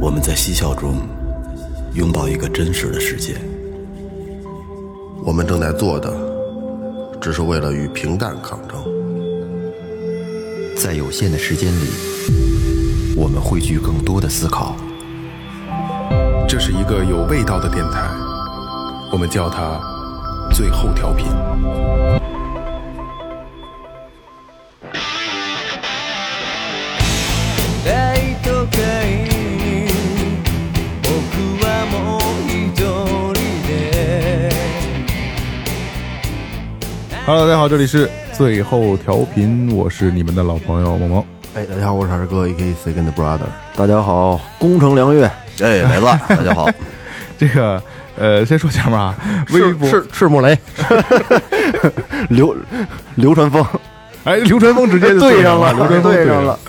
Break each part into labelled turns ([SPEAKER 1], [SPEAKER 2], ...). [SPEAKER 1] 我们在嬉笑中拥抱一个真实的世界。
[SPEAKER 2] 我们正在做的，只是为了与平淡抗争。
[SPEAKER 3] 在有限的时间里，我们汇聚更多的思考。
[SPEAKER 4] 这是一个有味道的电台，我们叫它“最后调频”。
[SPEAKER 5] 大都会に僕はもう一人で
[SPEAKER 6] Hello，大家好，这里是最后调频，我是你们的老朋友萌萌。
[SPEAKER 2] 哎，大家好，我是二哥，A K Second Brother。
[SPEAKER 3] 大家好，宫城良月，
[SPEAKER 1] 哎，没了，大家好，
[SPEAKER 6] 这个呃，先说前面啊，微博
[SPEAKER 3] 赤赤木雷，流流川枫，
[SPEAKER 6] 哎，刘传峰直接就
[SPEAKER 3] 对上了
[SPEAKER 6] 刘传峰
[SPEAKER 3] 对上
[SPEAKER 6] 了。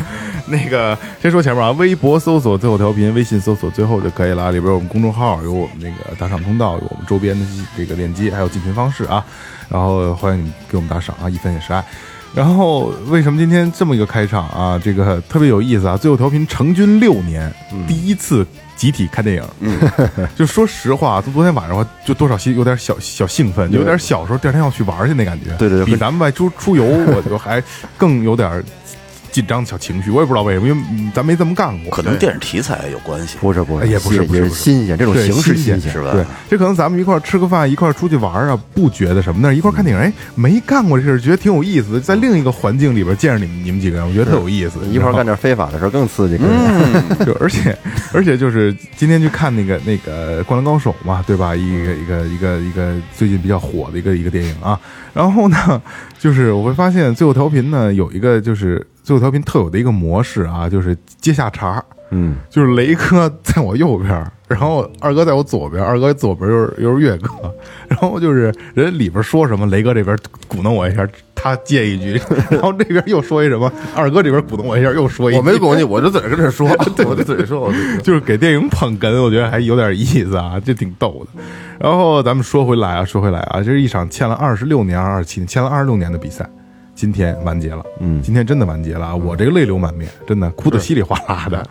[SPEAKER 6] 那个先说前面啊，微博搜索最后调频，微信搜索最后就可以了啊。里边有我们公众号，有我们那个打赏通道，有我们周边的这个链接，还有进群方式啊。然后欢迎你给我们打赏啊，一分也是爱。然后为什么今天这么一个开场啊？这个特别有意思啊！最后调频成军六年，
[SPEAKER 3] 嗯
[SPEAKER 6] 第一次集体看电影， 就说实话，从昨天晚上我就多少心有点小小兴奋，有点小时候第二天要去玩去那感觉。
[SPEAKER 3] 对对对
[SPEAKER 6] 比咱们外出出游，我就还更有点紧张小情绪，我也不知道为什么，因为嗯咱没这么干过。
[SPEAKER 1] 可能电影题材有关系。
[SPEAKER 3] 不是不
[SPEAKER 6] 哎
[SPEAKER 3] 是，
[SPEAKER 6] 也不是
[SPEAKER 3] 新
[SPEAKER 6] 不是
[SPEAKER 3] 也
[SPEAKER 6] 不是
[SPEAKER 3] 新鲜，这种
[SPEAKER 6] 对
[SPEAKER 3] 形式
[SPEAKER 6] 新鲜
[SPEAKER 3] 鲜
[SPEAKER 1] 是吧
[SPEAKER 6] 对，这可能咱们一块儿吃个饭，一块儿出去玩儿啊，不觉得什么，但是一块儿看电影，哎，没干过这事儿，觉得挺有意思的。在另一个环境里边见着你们你们几个人，我觉得特有意思。
[SPEAKER 3] 一块儿干点非法的事儿更刺激。 嗯，
[SPEAKER 6] 就而且而且就是今天去看那个那个《灌篮高手》嘛，对吧？一个一个一个一个最近比较火的一个一个电影啊。然后呢， 就是我会发现最后调频呢有一个就是最后调频特有的一个模式啊，就是接下茬儿。
[SPEAKER 3] 嗯，
[SPEAKER 6] 就是雷哥在我右边儿，然后二哥在我左边儿，二哥左边儿又是又是岳哥，然后就是人里边说什么，雷哥这边鼓弄我一下，他接一句，然后这边又说一什么，二哥这边鼓弄我一下，又说一句，
[SPEAKER 2] 我没管你，我就在这跟这说，我就在这说，我就
[SPEAKER 6] 就是给电影捧哏，我觉得还有点意思啊，这挺逗的。然后咱们说回来啊，说回来啊，这是一场欠了二十六年、二十七年，欠了二十六年的比赛，今天完结了。嗯，今天真的完结了啊！我这个泪流满面，真的哭得稀里哗啦的。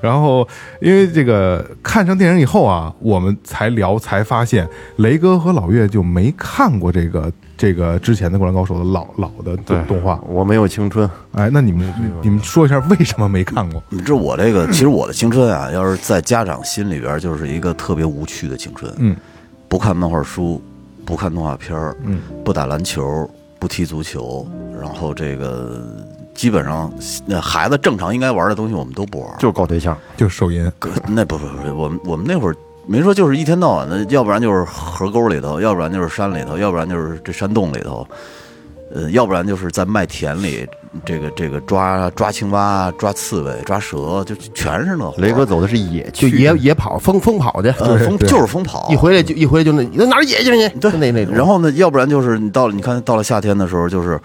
[SPEAKER 6] 然后因为这个看上电影以后啊，我们才聊才发现，雷哥和老岳就没看过这个这个之前的《灌篮高手》的老老的动动画。
[SPEAKER 3] 我没有青春，
[SPEAKER 6] 哎，那你们你们说一下为什么没看过？
[SPEAKER 1] 你知道我嗯这个，其实我的青春啊，要是在家长心里边，就是一个特别无趣的青春。
[SPEAKER 6] 嗯，
[SPEAKER 1] 不看漫画书，不看动画片儿，
[SPEAKER 6] 嗯，
[SPEAKER 1] 不打篮球，不踢足球，然后这个基本上那孩子正常应该玩的东西我们都不玩。
[SPEAKER 3] 就是搞对象，
[SPEAKER 6] 就是手 淫。
[SPEAKER 1] 可那不不不，我们我们那会儿没说，就是一天到晚的，要不然就是河沟里头，要不然就是山里头，要不然就是这山洞里头，呃，要不然就是在麦田里，这个这个抓抓青蛙、啊抓刺猬、抓蛇，就全是那活儿
[SPEAKER 3] 雷哥走的是野
[SPEAKER 2] 就
[SPEAKER 3] 区，
[SPEAKER 2] 野野跑，疯疯跑去，
[SPEAKER 1] 呃疯就是疯跑
[SPEAKER 2] 一。回来就一回来就那，你到哪儿野去了你？
[SPEAKER 1] 对
[SPEAKER 2] 就那那种。
[SPEAKER 1] 然后呢，要不然就是你到了，你看到了夏天的时候，就是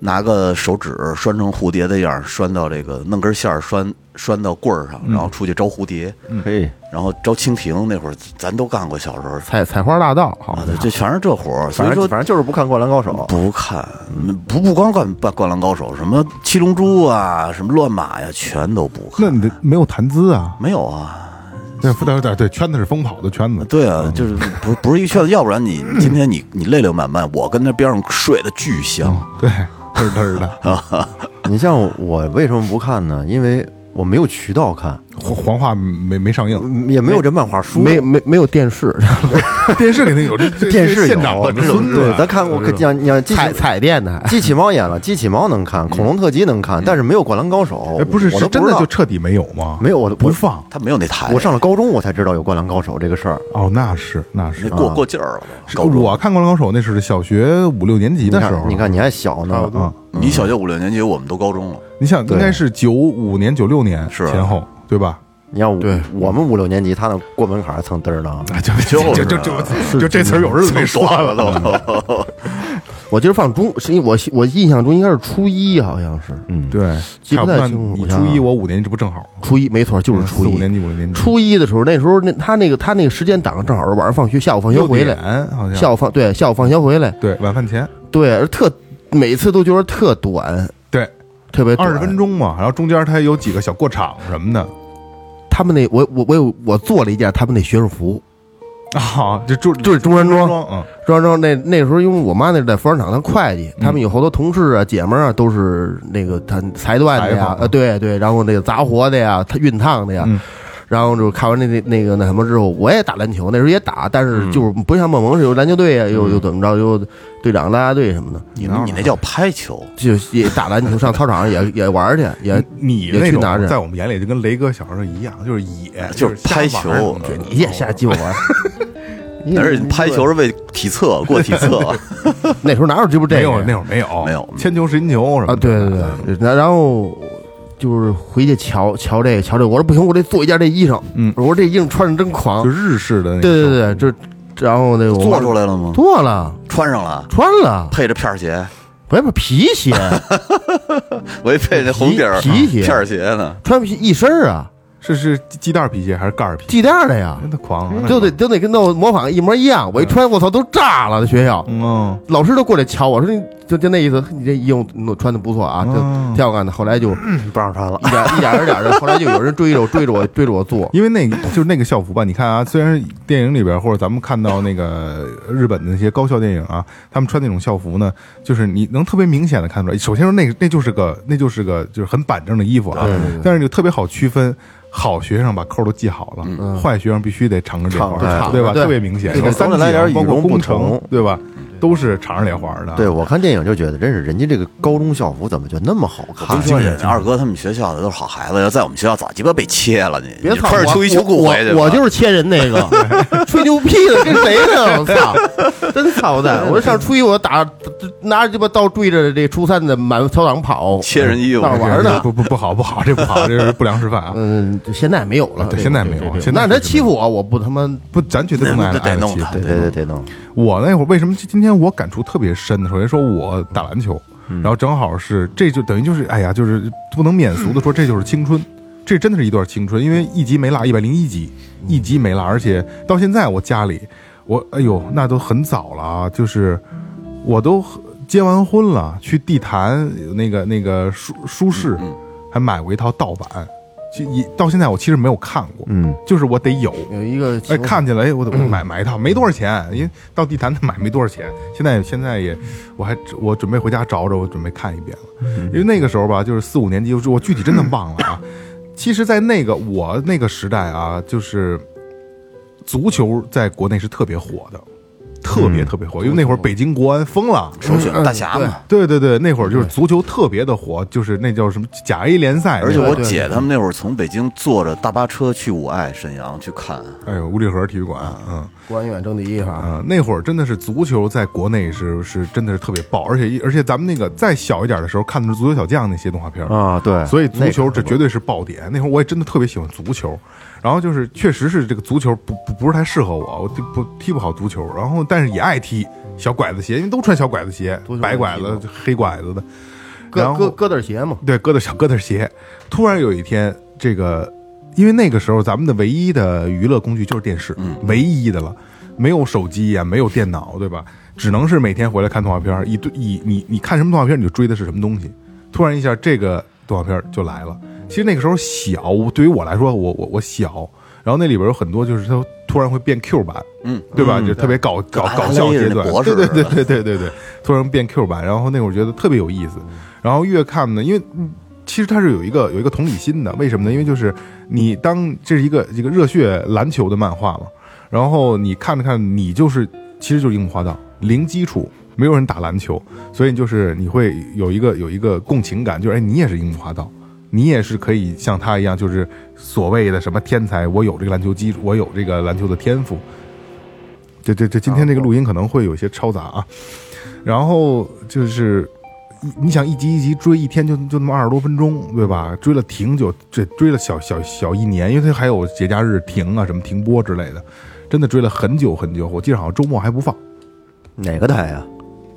[SPEAKER 1] 拿个手指拴成蝴蝶的样儿，拴到这个弄根线儿拴拴到棍儿上，
[SPEAKER 2] 嗯
[SPEAKER 1] 然后出去招蝴蝶，
[SPEAKER 3] 嗯嘿，
[SPEAKER 1] 然后招蜻蜓。那会儿咱都干过，小时候
[SPEAKER 2] 采采花大盗，好
[SPEAKER 1] 啊，对，这全是这活儿，所
[SPEAKER 3] 反
[SPEAKER 1] 以
[SPEAKER 3] 正
[SPEAKER 1] 说
[SPEAKER 3] 反正就是不嗯看《灌篮高手》，
[SPEAKER 1] 不看，不不光灌灌灌篮高手，什么七龙珠啊，什么乱马呀，全都不
[SPEAKER 6] 那
[SPEAKER 1] 看。
[SPEAKER 6] 你的没有谈资啊？
[SPEAKER 1] 没有啊，
[SPEAKER 6] 对，对对对，圈子是疯跑的圈子。
[SPEAKER 1] 对
[SPEAKER 2] 嗯
[SPEAKER 1] 啊，就是不不是一圈子，要不 然你今天你你泪流满面，我跟那边上睡得巨香，
[SPEAKER 2] 嗯
[SPEAKER 6] 对，嘚儿嘚儿的，
[SPEAKER 3] 你像我为什么不看呢？因为我没有渠道看，嗯
[SPEAKER 6] 黄黄话没没上映，
[SPEAKER 3] 也没有这漫画书，
[SPEAKER 2] 没没没有电视，
[SPEAKER 6] 电视肯定有，这这
[SPEAKER 3] 电视有
[SPEAKER 6] 现场我
[SPEAKER 3] 啊这种
[SPEAKER 6] 啊
[SPEAKER 3] 对，咱看过，讲你讲机
[SPEAKER 2] 彩
[SPEAKER 3] 器
[SPEAKER 2] 彩电的还。
[SPEAKER 3] 机器猫演了，机器猫能看，恐龙特辑能看，但是没有《灌篮高手
[SPEAKER 6] 哎，》，不是
[SPEAKER 3] 我
[SPEAKER 6] 是
[SPEAKER 3] 都
[SPEAKER 6] 真
[SPEAKER 3] 知
[SPEAKER 6] 的
[SPEAKER 3] 道
[SPEAKER 6] 就彻底没有吗？
[SPEAKER 3] 没有我都
[SPEAKER 6] 不
[SPEAKER 3] 我
[SPEAKER 6] 放
[SPEAKER 1] 他没有那台。
[SPEAKER 6] 哎
[SPEAKER 3] 我上了高中我才知道有《灌篮高手》这个事儿。
[SPEAKER 6] 哦，那是那
[SPEAKER 1] 那
[SPEAKER 6] 是。
[SPEAKER 2] 啊
[SPEAKER 1] 过过劲儿了
[SPEAKER 6] 是
[SPEAKER 1] 都，高中。
[SPEAKER 6] 我看《灌篮高手》，那是小学五六年级
[SPEAKER 3] 你
[SPEAKER 6] 的时候啊
[SPEAKER 3] 看，你，看你还小呢啊，
[SPEAKER 1] 你小学五六年级，我们都高中了，
[SPEAKER 6] 你想
[SPEAKER 3] 对
[SPEAKER 6] 应该是九五年、九六年
[SPEAKER 1] 是
[SPEAKER 6] 前后，对吧？
[SPEAKER 3] 你看我
[SPEAKER 2] 对
[SPEAKER 3] 我们五六年级，他那过门槛儿蹭嘚儿呢。
[SPEAKER 6] 啊，就
[SPEAKER 1] 就是
[SPEAKER 6] 就就就就这词儿有日子没说
[SPEAKER 1] 断了
[SPEAKER 6] 了都。
[SPEAKER 1] 都。
[SPEAKER 2] 我今儿放中，是因为我我印象中应该是初一，好像是
[SPEAKER 6] 对，
[SPEAKER 2] 记
[SPEAKER 6] 差
[SPEAKER 2] 不
[SPEAKER 6] 不多。
[SPEAKER 2] 太清楚
[SPEAKER 6] 你
[SPEAKER 2] 我想
[SPEAKER 6] 初
[SPEAKER 2] 想
[SPEAKER 6] 一，我五年级，这不正好吗？
[SPEAKER 2] 初一，没错，就是初
[SPEAKER 6] 嗯四
[SPEAKER 2] 一。
[SPEAKER 6] 五年级，五六年级。
[SPEAKER 2] 初一的时候，那时候那他那个他那个时间档正好是晚上放学，下午放学
[SPEAKER 6] 六
[SPEAKER 2] 回
[SPEAKER 6] 点啊
[SPEAKER 2] 来，
[SPEAKER 6] 好像
[SPEAKER 2] 下午放对下午放学回来，
[SPEAKER 6] 对晚饭前
[SPEAKER 2] 对，特每次都觉得特短，
[SPEAKER 6] 对
[SPEAKER 2] 特别短
[SPEAKER 6] 二十分。钟嘛，然后中间它有几个小过场什么的，
[SPEAKER 2] 他们那我我我有我做了一件他们那学士服，
[SPEAKER 6] 啊，就中
[SPEAKER 2] 就是中山装
[SPEAKER 6] 装，嗯，
[SPEAKER 2] 装装那那时候，因为我妈那是在服装厂当会计，他们有好多同事啊、姐们儿啊，都是那个他裁断的
[SPEAKER 6] 裁缝啊
[SPEAKER 2] 呀，呃，对对，然后那个杂活的呀，他熨烫的呀，
[SPEAKER 6] 嗯
[SPEAKER 2] 然后就是看完那那那个那什么之后，我也打篮球，那时候也打，但是
[SPEAKER 6] 嗯
[SPEAKER 2] 就是不像梦萌是有篮球队啊，又又怎么着，又队长、啦啦队什么的，
[SPEAKER 1] 你那你那叫拍球，
[SPEAKER 2] 就也打篮球，上操场也也玩儿去，也
[SPEAKER 6] 呃你
[SPEAKER 2] 也
[SPEAKER 6] 那
[SPEAKER 2] 去
[SPEAKER 6] 种
[SPEAKER 2] 拿着
[SPEAKER 6] 在我们眼里就跟雷哥小时候一样，就是野，
[SPEAKER 1] 就是
[SPEAKER 6] 瞎
[SPEAKER 1] 拍
[SPEAKER 6] 玩
[SPEAKER 1] 球
[SPEAKER 6] 嗯儿
[SPEAKER 2] 你也瞎鸡巴 玩儿。你也
[SPEAKER 1] 而且拍球是为体测过体测，
[SPEAKER 2] 那时候哪有这不这
[SPEAKER 6] 没
[SPEAKER 2] 个呀？
[SPEAKER 6] 有那会儿没有
[SPEAKER 1] 没有
[SPEAKER 6] 铅球实心球什么
[SPEAKER 2] 啊，对对
[SPEAKER 6] 的
[SPEAKER 2] 对，然然后就是回去瞧瞧这个瞧这个，我说不行，我得做一件这衣裳，
[SPEAKER 6] 嗯
[SPEAKER 2] 我说这衣裳穿着真狂
[SPEAKER 6] 就，日式的那
[SPEAKER 2] 对
[SPEAKER 6] 种
[SPEAKER 2] 对对，这然后那个我妈
[SPEAKER 1] 做出来了吗？
[SPEAKER 2] 做了
[SPEAKER 1] 穿上了，
[SPEAKER 2] 穿了，
[SPEAKER 1] 配着片儿鞋，
[SPEAKER 2] 不是不是皮 鞋，
[SPEAKER 1] 我一配那红底儿
[SPEAKER 2] 皮皮鞋
[SPEAKER 1] 片儿鞋呢，
[SPEAKER 2] 穿皮一身儿啊，
[SPEAKER 6] 是是鸡蛋皮鞋还是盖儿皮？
[SPEAKER 2] 系带儿的呀，
[SPEAKER 6] 真的狂啊，那
[SPEAKER 2] 就得就得跟那我模仿一模一样，我一穿我操都炸了，这学校。
[SPEAKER 6] 嗯哦
[SPEAKER 2] 老师都过来瞧我说你就就那意思，你这衣服嗯穿的不错啊，就
[SPEAKER 6] 哦
[SPEAKER 2] 挺好看的。后来就
[SPEAKER 1] 不让穿了。
[SPEAKER 2] 一点一点儿一点儿的，后来就有人追着我追着我追着我做，
[SPEAKER 6] 因为那个就是那个校服吧，你看啊，虽然电影里边或者咱们看到那个日本的那些高校电影啊，他们穿那种校服呢，就是你能特别明显的看出来，首先说那个那就是个那就是个就是很板正的衣服啊，但是就特别好区分。好学生把扣都系好了，坏学生必须得长着脸环
[SPEAKER 2] 敞
[SPEAKER 6] 儿，
[SPEAKER 2] 着
[SPEAKER 6] 对吧？
[SPEAKER 2] 对
[SPEAKER 6] 特别明显。
[SPEAKER 2] 对
[SPEAKER 6] 有三
[SPEAKER 7] 总得来
[SPEAKER 6] 体啊
[SPEAKER 7] 点
[SPEAKER 6] 包
[SPEAKER 7] 与
[SPEAKER 6] 括
[SPEAKER 7] 众不
[SPEAKER 6] 工程
[SPEAKER 7] 同，
[SPEAKER 6] 对吧？都是长着脸环
[SPEAKER 2] 啊
[SPEAKER 6] 儿的。
[SPEAKER 7] 对，我看电影就觉得，真是人家这个高中校服怎么就那么好看？
[SPEAKER 1] 我跟你
[SPEAKER 2] 啊
[SPEAKER 1] 说，二哥他们学校的都是好孩子，要在我们学校早鸡巴被切了，你
[SPEAKER 2] 别
[SPEAKER 1] 你
[SPEAKER 2] 操
[SPEAKER 1] 穿着
[SPEAKER 2] 我
[SPEAKER 1] 秋衣秋裤
[SPEAKER 2] 我
[SPEAKER 1] 回去吧
[SPEAKER 2] 我我就是切人 那个，吹牛屁的跟谁呢？我操，真操 蛋！我上初一我打拿着鸡巴刀追着这初三的满操场跑，
[SPEAKER 1] 切人衣服
[SPEAKER 2] 闹着玩儿 呢。
[SPEAKER 6] 不不不好不好，这不好，这是不良示范啊！
[SPEAKER 2] 嗯，就现在没有了，
[SPEAKER 6] 对
[SPEAKER 2] 这
[SPEAKER 6] 现在
[SPEAKER 2] 这
[SPEAKER 6] 没有
[SPEAKER 2] 这这
[SPEAKER 6] 现在
[SPEAKER 2] 那他
[SPEAKER 6] 是
[SPEAKER 2] 欺负我，我不他妈
[SPEAKER 6] 不，咱绝对不能挨
[SPEAKER 1] 那得
[SPEAKER 6] 挨得
[SPEAKER 1] 弄
[SPEAKER 6] 欺
[SPEAKER 1] 他
[SPEAKER 6] 负
[SPEAKER 7] 对对对对，弄
[SPEAKER 6] 我那会儿为什么今天我感触特别深呢？首先说我打篮球，然后正好是这就等于就是哎呀，就是不能免俗的说这就是青春，这真的是一段青春，因为一集没落，一百零一集，一集没落，而且到现在我家里，我哎呦那都很早了啊，就是我都结完婚了，去地坛那个那个书书市还买过一套盗版，其一到现在我其实没有看过，
[SPEAKER 7] 嗯，
[SPEAKER 6] 就是我得有，
[SPEAKER 2] 有一个
[SPEAKER 6] 哎，看起来，哎，我得
[SPEAKER 1] 嗯
[SPEAKER 6] 我买买一套，没多少钱，因为到地坛那买没多少钱。现在现在也，我还我准备回家找找，我准备看一遍了。
[SPEAKER 1] 嗯
[SPEAKER 6] 因为那个时候吧，就是四五年级，我具体真的忘了啊。其实，在那个我那个时代啊，就是足球在国内是特别火的，特别特别火，因为那会儿北京国安疯了，
[SPEAKER 1] 嗯首选大侠嘛。
[SPEAKER 6] 嗯对对对，那会儿就是足球特别的火，就是那叫什么甲 A 联赛，
[SPEAKER 1] 而且我
[SPEAKER 6] 那会儿
[SPEAKER 1] 姐他们那会儿从北京坐着大巴车去五爱沈阳去看，
[SPEAKER 6] 哎呦，五里河体育馆，嗯。
[SPEAKER 2] 国安远征第一哈，
[SPEAKER 6] 啊、那会儿真的是足球在国内是是真的是特别爆，而且一而且咱们那个再小一点的时候看的是足球小将那些动画片儿，
[SPEAKER 7] 啊，对，
[SPEAKER 6] 所以足球这
[SPEAKER 7] 这
[SPEAKER 6] 绝对是爆点。那会儿我也真的特别喜欢足球，然后就是确实是这个足球不不不是太适合我，我就不踢不好足球，然后但是也爱踢小拐子鞋，因为都穿小拐子鞋
[SPEAKER 2] 足，球
[SPEAKER 6] 白拐
[SPEAKER 2] 也
[SPEAKER 6] 子
[SPEAKER 2] 踢过、
[SPEAKER 6] 黑拐子的，
[SPEAKER 2] 搁
[SPEAKER 6] 然
[SPEAKER 2] 搁
[SPEAKER 6] 后
[SPEAKER 2] 搁对鞋嘛，
[SPEAKER 6] 对，疙瘩小疙瘩鞋。突然有一天，这个因为那个时候咱们的唯一的娱乐工具就是电视，唯一的了，没有手机呀、没有电脑，对吧？只能是每天回来看动画片儿，一对一你你看什么动画片儿，你就追的是什么东西。突然一下，这个动画片儿就来了。其实那个时候小，对于我来说，我我我小。然后那里边有很多，就是它突然会变 Q 版，
[SPEAKER 1] 嗯，
[SPEAKER 6] 对吧？就特别搞搞
[SPEAKER 1] 跟
[SPEAKER 6] 搞笑
[SPEAKER 1] 阿拉蕾
[SPEAKER 6] 阶
[SPEAKER 1] 似的
[SPEAKER 6] 段，
[SPEAKER 1] 博士
[SPEAKER 6] 对对
[SPEAKER 1] 似的
[SPEAKER 6] 对对对对对，突然变 Q 版，然后那会儿觉得特别有意思，然后越看呢，因为嗯其实它是有一个有一个同理心的，为什么呢？因为就是你当这是一个一个热血篮球的漫画嘛，然后你看着看着，你就是其实就是樱木花道，零基础，没有人打篮球，所以就是你会有一个有一个共情感，就是哎，你也是樱木花道。你也是可以像他一样，就是所谓的什么天才，我有这个篮球基础，我有这个篮球的天赋。这这这，今天这个录音可能会有些嘈杂啊。然后就是一你想一集一集追，一天就就那么二十多分钟，对吧？追了挺久，这追了小小小一年，因为它还有节假日停啊，什么停播之类的，真的追了很久很久。我记得好像周末还不放。
[SPEAKER 7] 哪个台啊？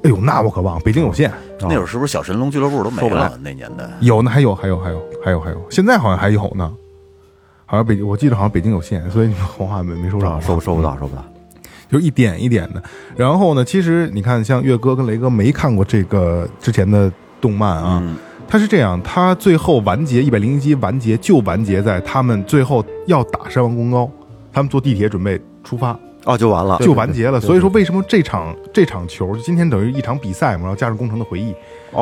[SPEAKER 6] 哎呦，那我可忘，北京有线
[SPEAKER 1] 那会儿是不是小神龙俱乐部都没
[SPEAKER 7] 说不来
[SPEAKER 1] 了？那年代
[SPEAKER 6] 有呢，还有还有还有还有还有，现在好像还有呢。好像北，我记得好像北京有线，所以你们红话没没收着，
[SPEAKER 7] 啊，收收不
[SPEAKER 6] 嗯
[SPEAKER 7] 到，收不到。
[SPEAKER 6] 就一点一点的。
[SPEAKER 7] 嗯
[SPEAKER 1] 嗯
[SPEAKER 6] 然后呢，其实你看，像岳哥跟雷哥没看过这个之前的动漫啊，它是这样，它最后完结一百零一集完结就完结在他们最后要打山王公高，他们坐地铁准备出发
[SPEAKER 7] 哦，就完了。
[SPEAKER 6] 就完结了。所以说，为什么这场这场球今天等于一场比赛嘛，然后加上工程的回忆，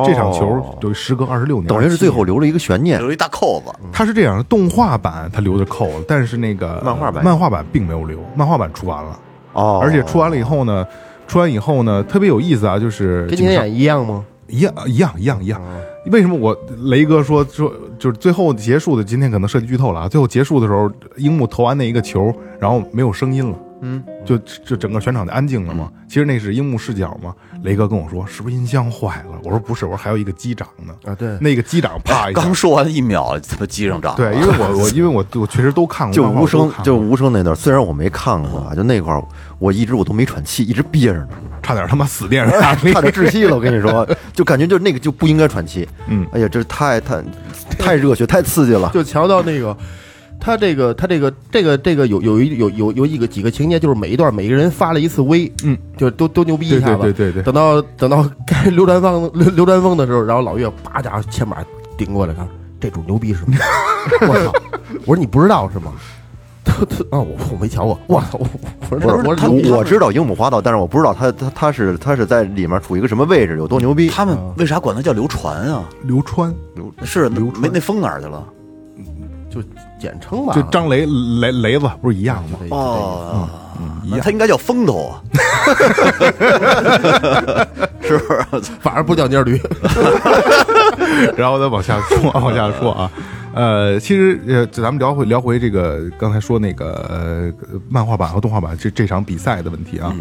[SPEAKER 6] 这场球等于时隔二十六年，
[SPEAKER 7] 哦等于是最后留了一个悬
[SPEAKER 6] 哎
[SPEAKER 7] 念，
[SPEAKER 1] 留一大扣子，
[SPEAKER 6] 它是这样，动画版它留着扣了，但是那个
[SPEAKER 7] 漫画版
[SPEAKER 6] 漫画版并没有留，漫画版出完了，
[SPEAKER 7] 哦，
[SPEAKER 6] 而且出完了以后呢，出完以后呢，特别有意思啊，就是
[SPEAKER 2] 跟
[SPEAKER 6] 警
[SPEAKER 2] 天
[SPEAKER 6] 察
[SPEAKER 2] 眼一样吗？
[SPEAKER 6] 一样一样一样一样。啊为什么我雷哥说说就是最后结束的？今天可能涉及剧透了啊！最后结束的时候，樱木投完那一个球，然后没有声音了，嗯，就就整个全场就安静了嘛。其实那是樱木视角嘛。雷哥跟我说，是不是音箱坏了？我说不是，我说还有一个机长呢。
[SPEAKER 2] 啊，对，
[SPEAKER 6] 那个机长啪一下，
[SPEAKER 1] 刚说完一秒，怎么机上长了？啊
[SPEAKER 6] 哎对，因为我我因为我我确实都看过，
[SPEAKER 7] 就
[SPEAKER 6] 漫画
[SPEAKER 7] 无
[SPEAKER 6] 我都
[SPEAKER 7] 声
[SPEAKER 6] 看，过
[SPEAKER 7] 就无声那段，虽然我没看过啊，就那块儿，我一直我都没喘气，一直憋着呢，
[SPEAKER 6] 差点他妈死电视上
[SPEAKER 7] 差点 窒息了。我跟你说，就感觉就那个就不应该喘气。
[SPEAKER 6] 嗯，
[SPEAKER 7] 哎呀，这太太太热血，太刺激 了。
[SPEAKER 2] 就瞧到那个，他这个他这个这个这个有有一有有有几个几个情节，就是每一段每个人发了一次威，
[SPEAKER 6] 嗯，
[SPEAKER 2] 就都都牛逼一下吧。
[SPEAKER 6] 对对对对对
[SPEAKER 2] 等到等到该 刘禅芳刘刘禅峰的时候，然后老岳啪家伙牵马顶过来，他说这主牛逼是吗？我操！我说你不知道是吗？他他啊，我我没瞧过，我操！我我说
[SPEAKER 7] 我
[SPEAKER 2] 我说
[SPEAKER 7] 我我知道樱木花道，但是我不知道他他他是他是在里面处于一个什么位置，有多牛逼。
[SPEAKER 1] 他们为啥管它叫流传啊？
[SPEAKER 6] 刘川
[SPEAKER 1] 是
[SPEAKER 6] 嗯流
[SPEAKER 1] 没
[SPEAKER 6] 传
[SPEAKER 1] 那风哪儿去了？
[SPEAKER 2] 就简称吧，
[SPEAKER 6] 就张雷雷雷子不是一样吗？
[SPEAKER 2] 对
[SPEAKER 6] 嗯
[SPEAKER 1] 哦，那它应该叫风头 啊，是不是？
[SPEAKER 2] 反而不叫蔫驴，
[SPEAKER 6] 然后再往下说，往下说啊，呃，其实呃，咱们聊回聊回这个刚才说那个呃漫画版和动画版这这场比赛的问题啊。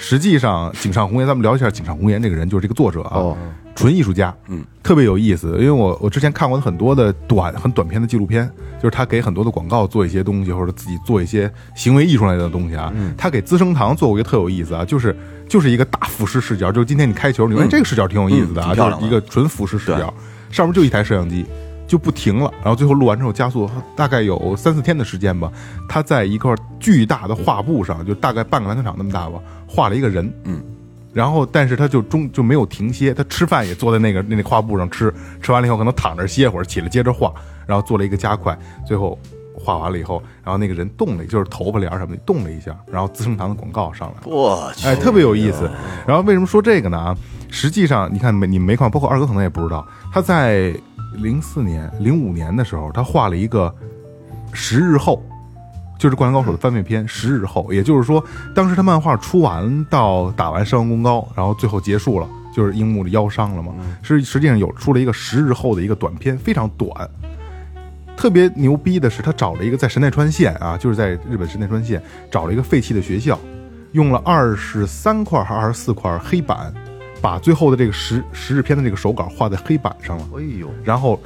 [SPEAKER 6] 实际上，井上红颜，咱们聊一下井上红颜这个人，就是这个作者啊，纯艺术家，嗯，特别有意思。因为我我之前看过很多的短很短片的纪录片，就是他给很多的广告做一些东西，或者自己做一些行为艺术类的东西啊。他给资生堂做过一个特有意思啊，就是就是一个大俯视视角，就是今天你开球，你说、哎这个视角挺有意思的啊，
[SPEAKER 1] 嗯挺漂
[SPEAKER 6] 就
[SPEAKER 1] 亮
[SPEAKER 6] 是
[SPEAKER 1] 的
[SPEAKER 6] 一个纯俯视视角，上面就一台摄像机。就不停了，然后最后录完之后加速，大概有三四天的时间吧。他在一块巨大的画布上，就大概半个篮球场那么大吧，画了一个人，
[SPEAKER 1] 嗯
[SPEAKER 6] 然后但是他就中就没有停歇，他吃饭也坐在那个那那画布上吃，吃完了以后可能躺着歇会儿，起来接着画，然后做了一个加快，最后画完了以后，然后那个人动了，就是头发帘儿什么的动了一下，然后资生堂的广告上来了。
[SPEAKER 1] 我去，
[SPEAKER 6] 哎，特别有意思。然后为什么说这个呢？啊，实际上你看没你没看，包括二哥可能也不知道，他在零四年、零五年的时候，他画了一个十日后，就是《灌篮高手》的翻倍篇《十日后》，也就是说，当时他漫画出完到打完山王公高，然后最后结束了，就是樱木的腰伤了嘛。实实际上有出了一个十日后的一个短片，非常短，特别牛逼的是，他找了一个在神奈川县啊，就是在日本神奈川县找了一个废弃的学校，用了二十三块还是二十四块黑板，把最后的这个十十日篇的这个手稿画在黑板上了，
[SPEAKER 7] 哎呦，
[SPEAKER 6] 然后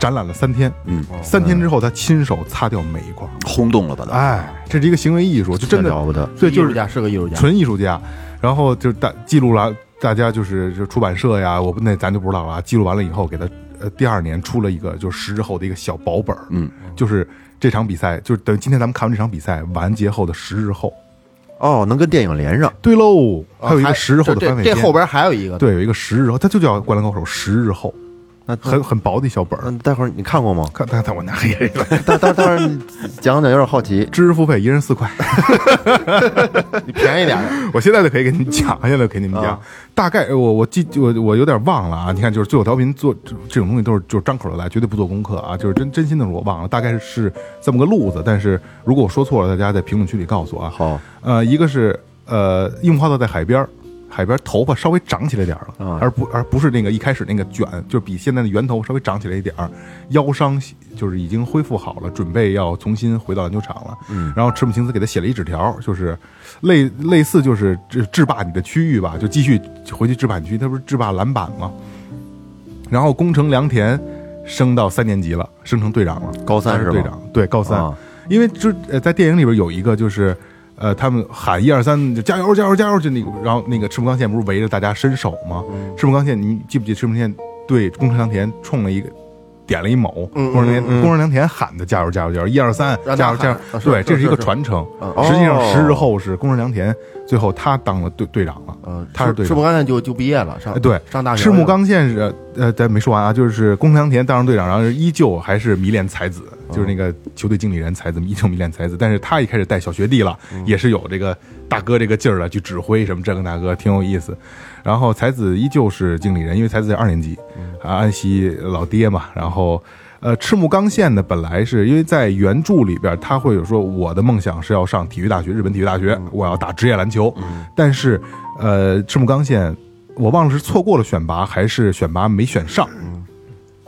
[SPEAKER 6] 展览了三天。
[SPEAKER 1] 嗯，
[SPEAKER 6] 三天之后，他亲手擦掉每一块。
[SPEAKER 1] 轰动了吧？它
[SPEAKER 6] 哎，这是一个行为艺术，就真
[SPEAKER 7] 这
[SPEAKER 6] 的
[SPEAKER 7] 了不得。
[SPEAKER 6] 对，就
[SPEAKER 2] 艺术
[SPEAKER 6] 是
[SPEAKER 2] 家是个艺术家，
[SPEAKER 6] 纯艺术家。然后就大记录了大家就是就出版社呀，我不那咱就不知道了啊。记录完了以后，给他呃第二年出了一个就是十日后的一个小薄本
[SPEAKER 1] 嗯，
[SPEAKER 6] 就是这场比赛，就是等于今天咱们看完这场比赛完结后的十日后。
[SPEAKER 7] 哦，能跟电影连上，
[SPEAKER 6] 对喽，还有一
[SPEAKER 2] 啊
[SPEAKER 6] 个十日后的
[SPEAKER 2] 这
[SPEAKER 6] 番外
[SPEAKER 2] 这
[SPEAKER 6] 篇，
[SPEAKER 2] 这后边还有一个，
[SPEAKER 6] 对有一个十日后，它就叫《灌篮高手》十日后，
[SPEAKER 7] 那
[SPEAKER 2] 嗯
[SPEAKER 6] 很很薄的一小本儿。
[SPEAKER 7] 嗯，待会儿你看过吗？
[SPEAKER 6] 看，看，看我拿黑人了。
[SPEAKER 7] 当当当然，讲讲有点好奇。
[SPEAKER 6] 知识付费一人四块，
[SPEAKER 2] 你便宜点 儿。啊
[SPEAKER 6] 我现在就可以给你们讲，现在就给你们讲。大概我我记我我有点忘了啊，你看就是最后调频做这这种东西都是就是张口就来，绝对不做功课啊，就是真真心的我忘了，大概是这么个路子。但是如果我说错了，大家在评论区里告诉我啊。
[SPEAKER 7] 好，
[SPEAKER 6] 呃，一个是呃，樱花道在海边儿，海边儿头发稍微长起来点儿了，
[SPEAKER 7] 啊
[SPEAKER 6] 而不而不是那个一开始那个卷，就是比现在的圆头稍微长起来一点儿，腰伤就是已经恢复好了，准备要重新回到篮球场了。嗯，然后赤木晴子给他写了一纸条，就是类类似就是制制霸你的区域吧，就继续回去制霸你区域，他不是制霸篮板吗？然后宫城良田升到三年级了，升成队长了，
[SPEAKER 7] 高三
[SPEAKER 6] 他
[SPEAKER 7] 是
[SPEAKER 6] 队
[SPEAKER 7] 吗
[SPEAKER 6] 长，对高三。
[SPEAKER 7] 啊
[SPEAKER 6] 因为之呃，在电影里边有一个就是，呃，他们喊一二三，就加油加油加油，就那个，然后那个赤木刚宪不是
[SPEAKER 2] 嗯
[SPEAKER 6] 围着大家伸手吗？赤木刚宪，你记不记得赤木刚宪对宫城良田冲了一个点了一某，
[SPEAKER 2] 嗯
[SPEAKER 6] 工人良
[SPEAKER 2] 嗯嗯
[SPEAKER 6] 工人良田喊的加油加油加油一二三
[SPEAKER 2] 让
[SPEAKER 6] 加
[SPEAKER 2] 他
[SPEAKER 6] 油加油
[SPEAKER 2] 喊啊，是
[SPEAKER 6] 对，
[SPEAKER 2] 是
[SPEAKER 6] 这是一个
[SPEAKER 2] 是
[SPEAKER 6] 传承
[SPEAKER 2] 嗯。
[SPEAKER 6] 实际上
[SPEAKER 7] 哦
[SPEAKER 6] 时日后是工人良田最后他当了队队长了，
[SPEAKER 2] 嗯，
[SPEAKER 6] 他是队
[SPEAKER 2] 赤
[SPEAKER 6] 长
[SPEAKER 2] 木。刚才就就毕业了，上
[SPEAKER 6] 哎对
[SPEAKER 2] 上大学了。
[SPEAKER 6] 赤木刚宪是呃，咱没说完啊，就是宫良田当上队长，然后依旧还是迷恋才子，
[SPEAKER 2] 嗯
[SPEAKER 6] 就是那个球队经理人才子，依旧迷恋才子。但是他一开始带小学弟了，
[SPEAKER 2] 嗯
[SPEAKER 6] 也是有这个大哥这个劲儿了，去指挥什么这个那个，挺有意思。然后才子依旧是经理人，因为才子是二年级，啊，安西老爹嘛。然后，呃，赤木刚宪呢，本来是因为在原著里边，他会有说我的梦想是要上体育大学，日本体育大学，我要打职业篮球。但是，呃，赤木刚宪，我忘了是错过了选拔还是选拔没选上，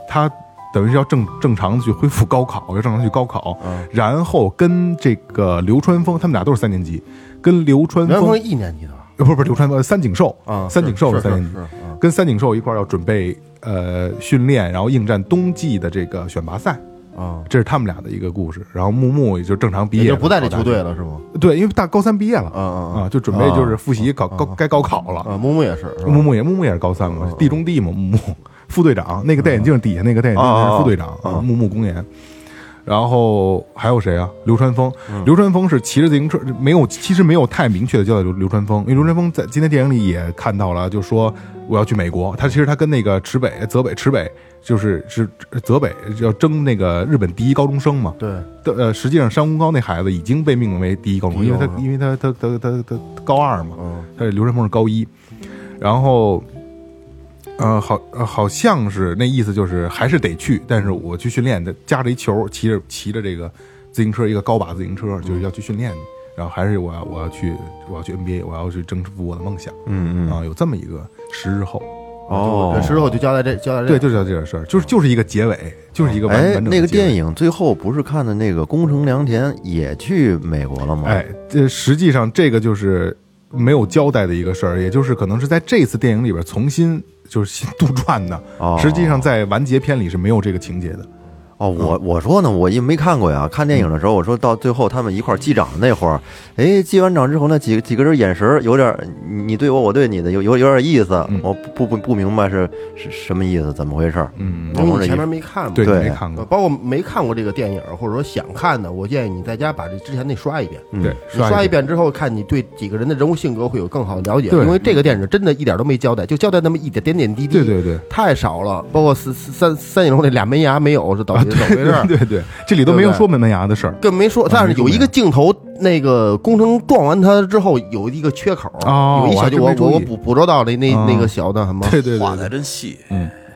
[SPEAKER 6] 他等于是要正正常的去恢复高考，要正常地去高考，然后跟这个流川枫，他们俩都是三年级，跟流川
[SPEAKER 2] 刘
[SPEAKER 6] 枫
[SPEAKER 2] 峰一年级的吧
[SPEAKER 6] 呃，不是不是流川枫，三井寿
[SPEAKER 2] 啊，
[SPEAKER 6] 三井寿
[SPEAKER 2] 是
[SPEAKER 6] 三
[SPEAKER 2] 是
[SPEAKER 6] 井
[SPEAKER 2] 是是啊
[SPEAKER 6] 跟三井寿一块儿要准备呃训练，然后应战冬季的这个选拔赛，
[SPEAKER 2] 啊，
[SPEAKER 6] 这是他们俩的一个故事。然后木木也就正常毕
[SPEAKER 2] 也
[SPEAKER 6] 业
[SPEAKER 2] 就
[SPEAKER 6] 了，
[SPEAKER 2] 不在这
[SPEAKER 6] 考大
[SPEAKER 2] 球队
[SPEAKER 6] 学，
[SPEAKER 2] 了是吗？
[SPEAKER 6] 对，因为大高三毕业了
[SPEAKER 2] 啊啊啊
[SPEAKER 6] 啊，就准备就是复习考高该高考了。
[SPEAKER 2] 啊，木木也是，是吧
[SPEAKER 6] 木木也木木也是高三嘛，地中地嘛，木木副队长，那个戴眼镜底下那个戴眼镜
[SPEAKER 7] 啊
[SPEAKER 6] 是副队长，啊木木公园。然后还有谁啊？流川枫，流川枫是骑着自行车，没有，其实没有太明确的交代流流川枫，因为流川枫在今天电影里也看到了，就说我要去美国。他其实他跟那个池北、泽北、池北就是是泽北要争那个日本第一高中生嘛，
[SPEAKER 2] 对，
[SPEAKER 6] 呃，实际上山公高那孩子已经被命名为第一高中，
[SPEAKER 2] 第一
[SPEAKER 6] 因为他
[SPEAKER 2] 高中
[SPEAKER 6] 因为他他他他他高二嘛，
[SPEAKER 2] 嗯
[SPEAKER 6] 他是流川枫是高一，然后，呃，好呃好像是那意思就是还是得去，但是我去训练，夹着一球，骑着骑着这个自行车一个高把自行车，就是要去训练，然后还是我要我要去我要去 NBA，我要去征服我的梦想，
[SPEAKER 7] 嗯嗯
[SPEAKER 6] 啊，有这么一个时日后，
[SPEAKER 7] 哦
[SPEAKER 2] 这，之后就交代这交代这
[SPEAKER 6] 对，
[SPEAKER 2] 个，
[SPEAKER 6] 就是这个事儿，就是就是一个结尾，就是一个完完
[SPEAKER 7] 哎，
[SPEAKER 6] 整的
[SPEAKER 7] 那个
[SPEAKER 6] 结尾
[SPEAKER 7] 电影最后不是看的那个宫城良田也去美国了吗？
[SPEAKER 6] 哎，这实际上这个就是没有交代的一个事儿，也就是可能是在这次电影里边重新就是新杜撰的。
[SPEAKER 7] 哦
[SPEAKER 6] 实际上在完结篇里是没有这个情节的。嗯
[SPEAKER 7] 哦，我我说呢，我也没看过呀。看电影的时候，我说到最后他们一块儿击掌那会儿，哎，击完掌之后那几几个人眼神儿有点儿，你你对我，我对你的，有有有点意思
[SPEAKER 6] 嗯，
[SPEAKER 7] 我不不不明白是是什么意思，怎么回事儿？
[SPEAKER 6] 嗯，
[SPEAKER 2] 因为你前面没看嘛，
[SPEAKER 6] 对，
[SPEAKER 7] 对
[SPEAKER 6] 你没看
[SPEAKER 2] 呃
[SPEAKER 6] 过。
[SPEAKER 2] 包括没看过这个电影或者说想看的，我建议你在家把这之前那刷一遍。
[SPEAKER 7] 嗯
[SPEAKER 6] 对，
[SPEAKER 2] 你刷
[SPEAKER 6] 一
[SPEAKER 2] 一。遍之后，看你对几个人的人物性格会有更好的了解，
[SPEAKER 6] 对
[SPEAKER 2] 因为这个电影真的一点都没交代，就交代那么一点点点滴滴，
[SPEAKER 6] 对对对。
[SPEAKER 2] 太少了。包括三三三井后那俩门牙没有是
[SPEAKER 6] 啊
[SPEAKER 2] 怎么怎么回事儿，
[SPEAKER 6] 对对，这里都没有说门门牙的事儿
[SPEAKER 2] 更没说。
[SPEAKER 6] 啊
[SPEAKER 2] 但是有一个镜头，那个工程撞完他之后有一个缺口，
[SPEAKER 6] 哦
[SPEAKER 2] 有一小就
[SPEAKER 6] 我还真没
[SPEAKER 2] 我我
[SPEAKER 6] 注意
[SPEAKER 2] 捕捕捉到了那
[SPEAKER 6] 啊
[SPEAKER 2] 那个小的什么，
[SPEAKER 6] 对对
[SPEAKER 1] 画
[SPEAKER 6] 对
[SPEAKER 1] 的
[SPEAKER 6] 对，
[SPEAKER 1] 还真细，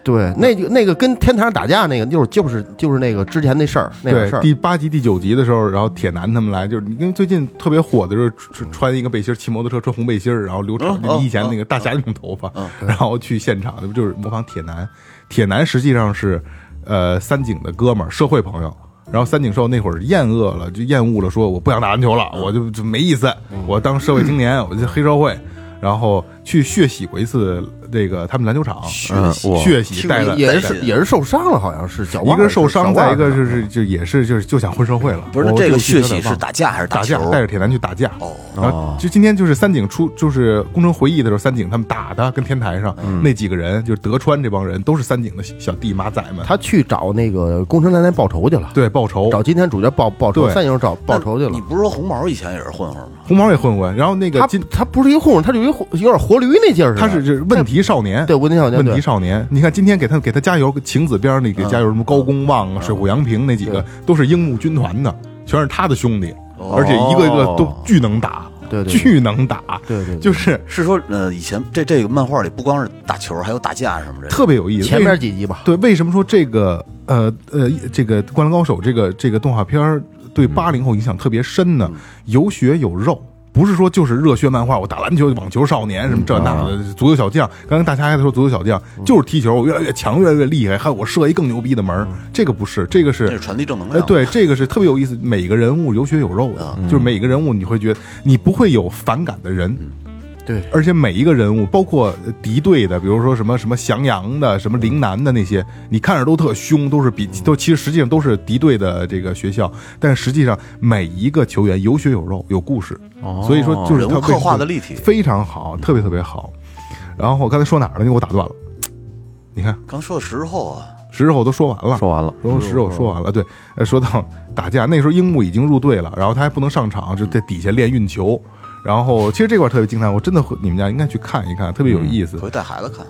[SPEAKER 2] 对，那个那个跟天台上打架那个，就是就是就是那个之前那事儿那个事
[SPEAKER 6] 对
[SPEAKER 2] 儿，
[SPEAKER 6] 第八集、第九集的时候，然后铁男他们来，就是因为最近特别火的就是穿穿一个背心儿，骑摩托车穿红背心儿，然后留长、
[SPEAKER 1] 嗯哦
[SPEAKER 6] 以前那个大侠那种头发， 然后去现场，那不就是模仿铁男？铁男实际上是呃三井的哥们儿，社会朋友。然后三井寿那会儿厌恶了，就厌恶了，说我不想打篮球了，我就就没意思，我当社会青年，我就黑社会，然后去血洗过一次这个他们篮球场，
[SPEAKER 7] 嗯，我
[SPEAKER 6] 血洗带了
[SPEAKER 2] 也
[SPEAKER 1] 带
[SPEAKER 2] 是
[SPEAKER 1] 着
[SPEAKER 2] 也是受伤了，好像是脚
[SPEAKER 6] 一
[SPEAKER 2] 腕
[SPEAKER 6] 个
[SPEAKER 2] 儿
[SPEAKER 6] 是受
[SPEAKER 2] 脚
[SPEAKER 6] 伤，
[SPEAKER 2] 腕
[SPEAKER 6] 再
[SPEAKER 2] 儿嗯
[SPEAKER 6] 一个
[SPEAKER 2] 上
[SPEAKER 6] 就是就也是就是就想混社会了。
[SPEAKER 1] 不是那
[SPEAKER 6] 我
[SPEAKER 1] 这个
[SPEAKER 6] 就记
[SPEAKER 1] 血
[SPEAKER 6] 得
[SPEAKER 1] 洗是
[SPEAKER 6] 忘了
[SPEAKER 1] 打架还是
[SPEAKER 6] 打架
[SPEAKER 1] 球？，
[SPEAKER 6] 带着铁男去打架。
[SPEAKER 1] 哦，
[SPEAKER 6] 然后就今天就是三井出，就是工程回忆的时候，三井他们打的跟天台上
[SPEAKER 1] 嗯
[SPEAKER 6] 那几个人，就是德川这帮人，都是三井的小弟马仔们。
[SPEAKER 2] 他去找那个工程来来报仇去了，
[SPEAKER 6] 对报仇，
[SPEAKER 2] 找今天主角报报仇，
[SPEAKER 6] 对
[SPEAKER 2] 三井找报仇去
[SPEAKER 1] 你
[SPEAKER 2] 了。
[SPEAKER 1] 不是说红毛以前也是混混吗？
[SPEAKER 6] 红毛也混混。然后那个
[SPEAKER 2] 他
[SPEAKER 6] 今
[SPEAKER 2] 他不是一个混混，他就一个有点活驴那劲儿似的。
[SPEAKER 6] 他是就是问题少年，
[SPEAKER 2] 对问题少年，
[SPEAKER 6] 问
[SPEAKER 2] 对
[SPEAKER 6] 题少年。你看今天给他给他加油，晴子边儿那
[SPEAKER 1] 嗯
[SPEAKER 6] 给加油，什么高公望啊、水户洋平那几个，都是樱木军团的，全是他的兄弟，而且一个一个都巨能打，
[SPEAKER 2] 对对对
[SPEAKER 6] 巨能打，
[SPEAKER 2] 对对对
[SPEAKER 6] 就是
[SPEAKER 1] 是说呃，以前这这个漫画里不光是打球，还有打架什么的。
[SPEAKER 6] 特别有意思。
[SPEAKER 2] 前
[SPEAKER 6] 为
[SPEAKER 2] 面几集吧，
[SPEAKER 6] 对，为什么说这个呃呃这个《灌篮高手》这个这个动画片儿对八零后影响特别深
[SPEAKER 2] 嗯
[SPEAKER 6] 呢？有血有肉。不是说就是热血漫画，我打篮球、网球少年什
[SPEAKER 2] 嗯
[SPEAKER 6] 么这
[SPEAKER 2] 啊
[SPEAKER 6] 那的，足球小将。刚刚大家还在说足球小将，就是踢球，我越来越强，越来越厉害，还有我射一更牛逼的门
[SPEAKER 2] 嗯
[SPEAKER 6] 儿。这个不是，这个是
[SPEAKER 1] 这是传递正能
[SPEAKER 6] 哎，
[SPEAKER 1] 量。，
[SPEAKER 6] 对，这个是特别有意思，每个人物有血有肉的，
[SPEAKER 1] 嗯
[SPEAKER 6] 就是每个人物你会觉得你不会有反感的人，
[SPEAKER 1] 嗯
[SPEAKER 2] 对，
[SPEAKER 6] 而且每一个人物，包括呃敌对的，比如说什么什么降阳的、什么陵南的那些，你看着都特凶，都是比都其实实际上都是敌对的这个学校，但实际上每一个球员有血有肉，有故事，所以说就是
[SPEAKER 1] 哦人物
[SPEAKER 6] 他
[SPEAKER 1] 刻画
[SPEAKER 6] 为
[SPEAKER 1] 的立体。
[SPEAKER 6] 非常好，特别特别好。然后我刚才说哪儿了？你给我打断了。你看，
[SPEAKER 1] 刚说的时候啊，
[SPEAKER 6] 十日后都说完了，
[SPEAKER 7] 说完了，
[SPEAKER 6] 然后十日后说完了，对，呃说到打架，那时候樱木已经入队了，然后他还不能上场，就在底下练运球。然后其实这块儿特别精彩，我真的会你们家应该去看一看，特别有意思。
[SPEAKER 1] 回带孩子看，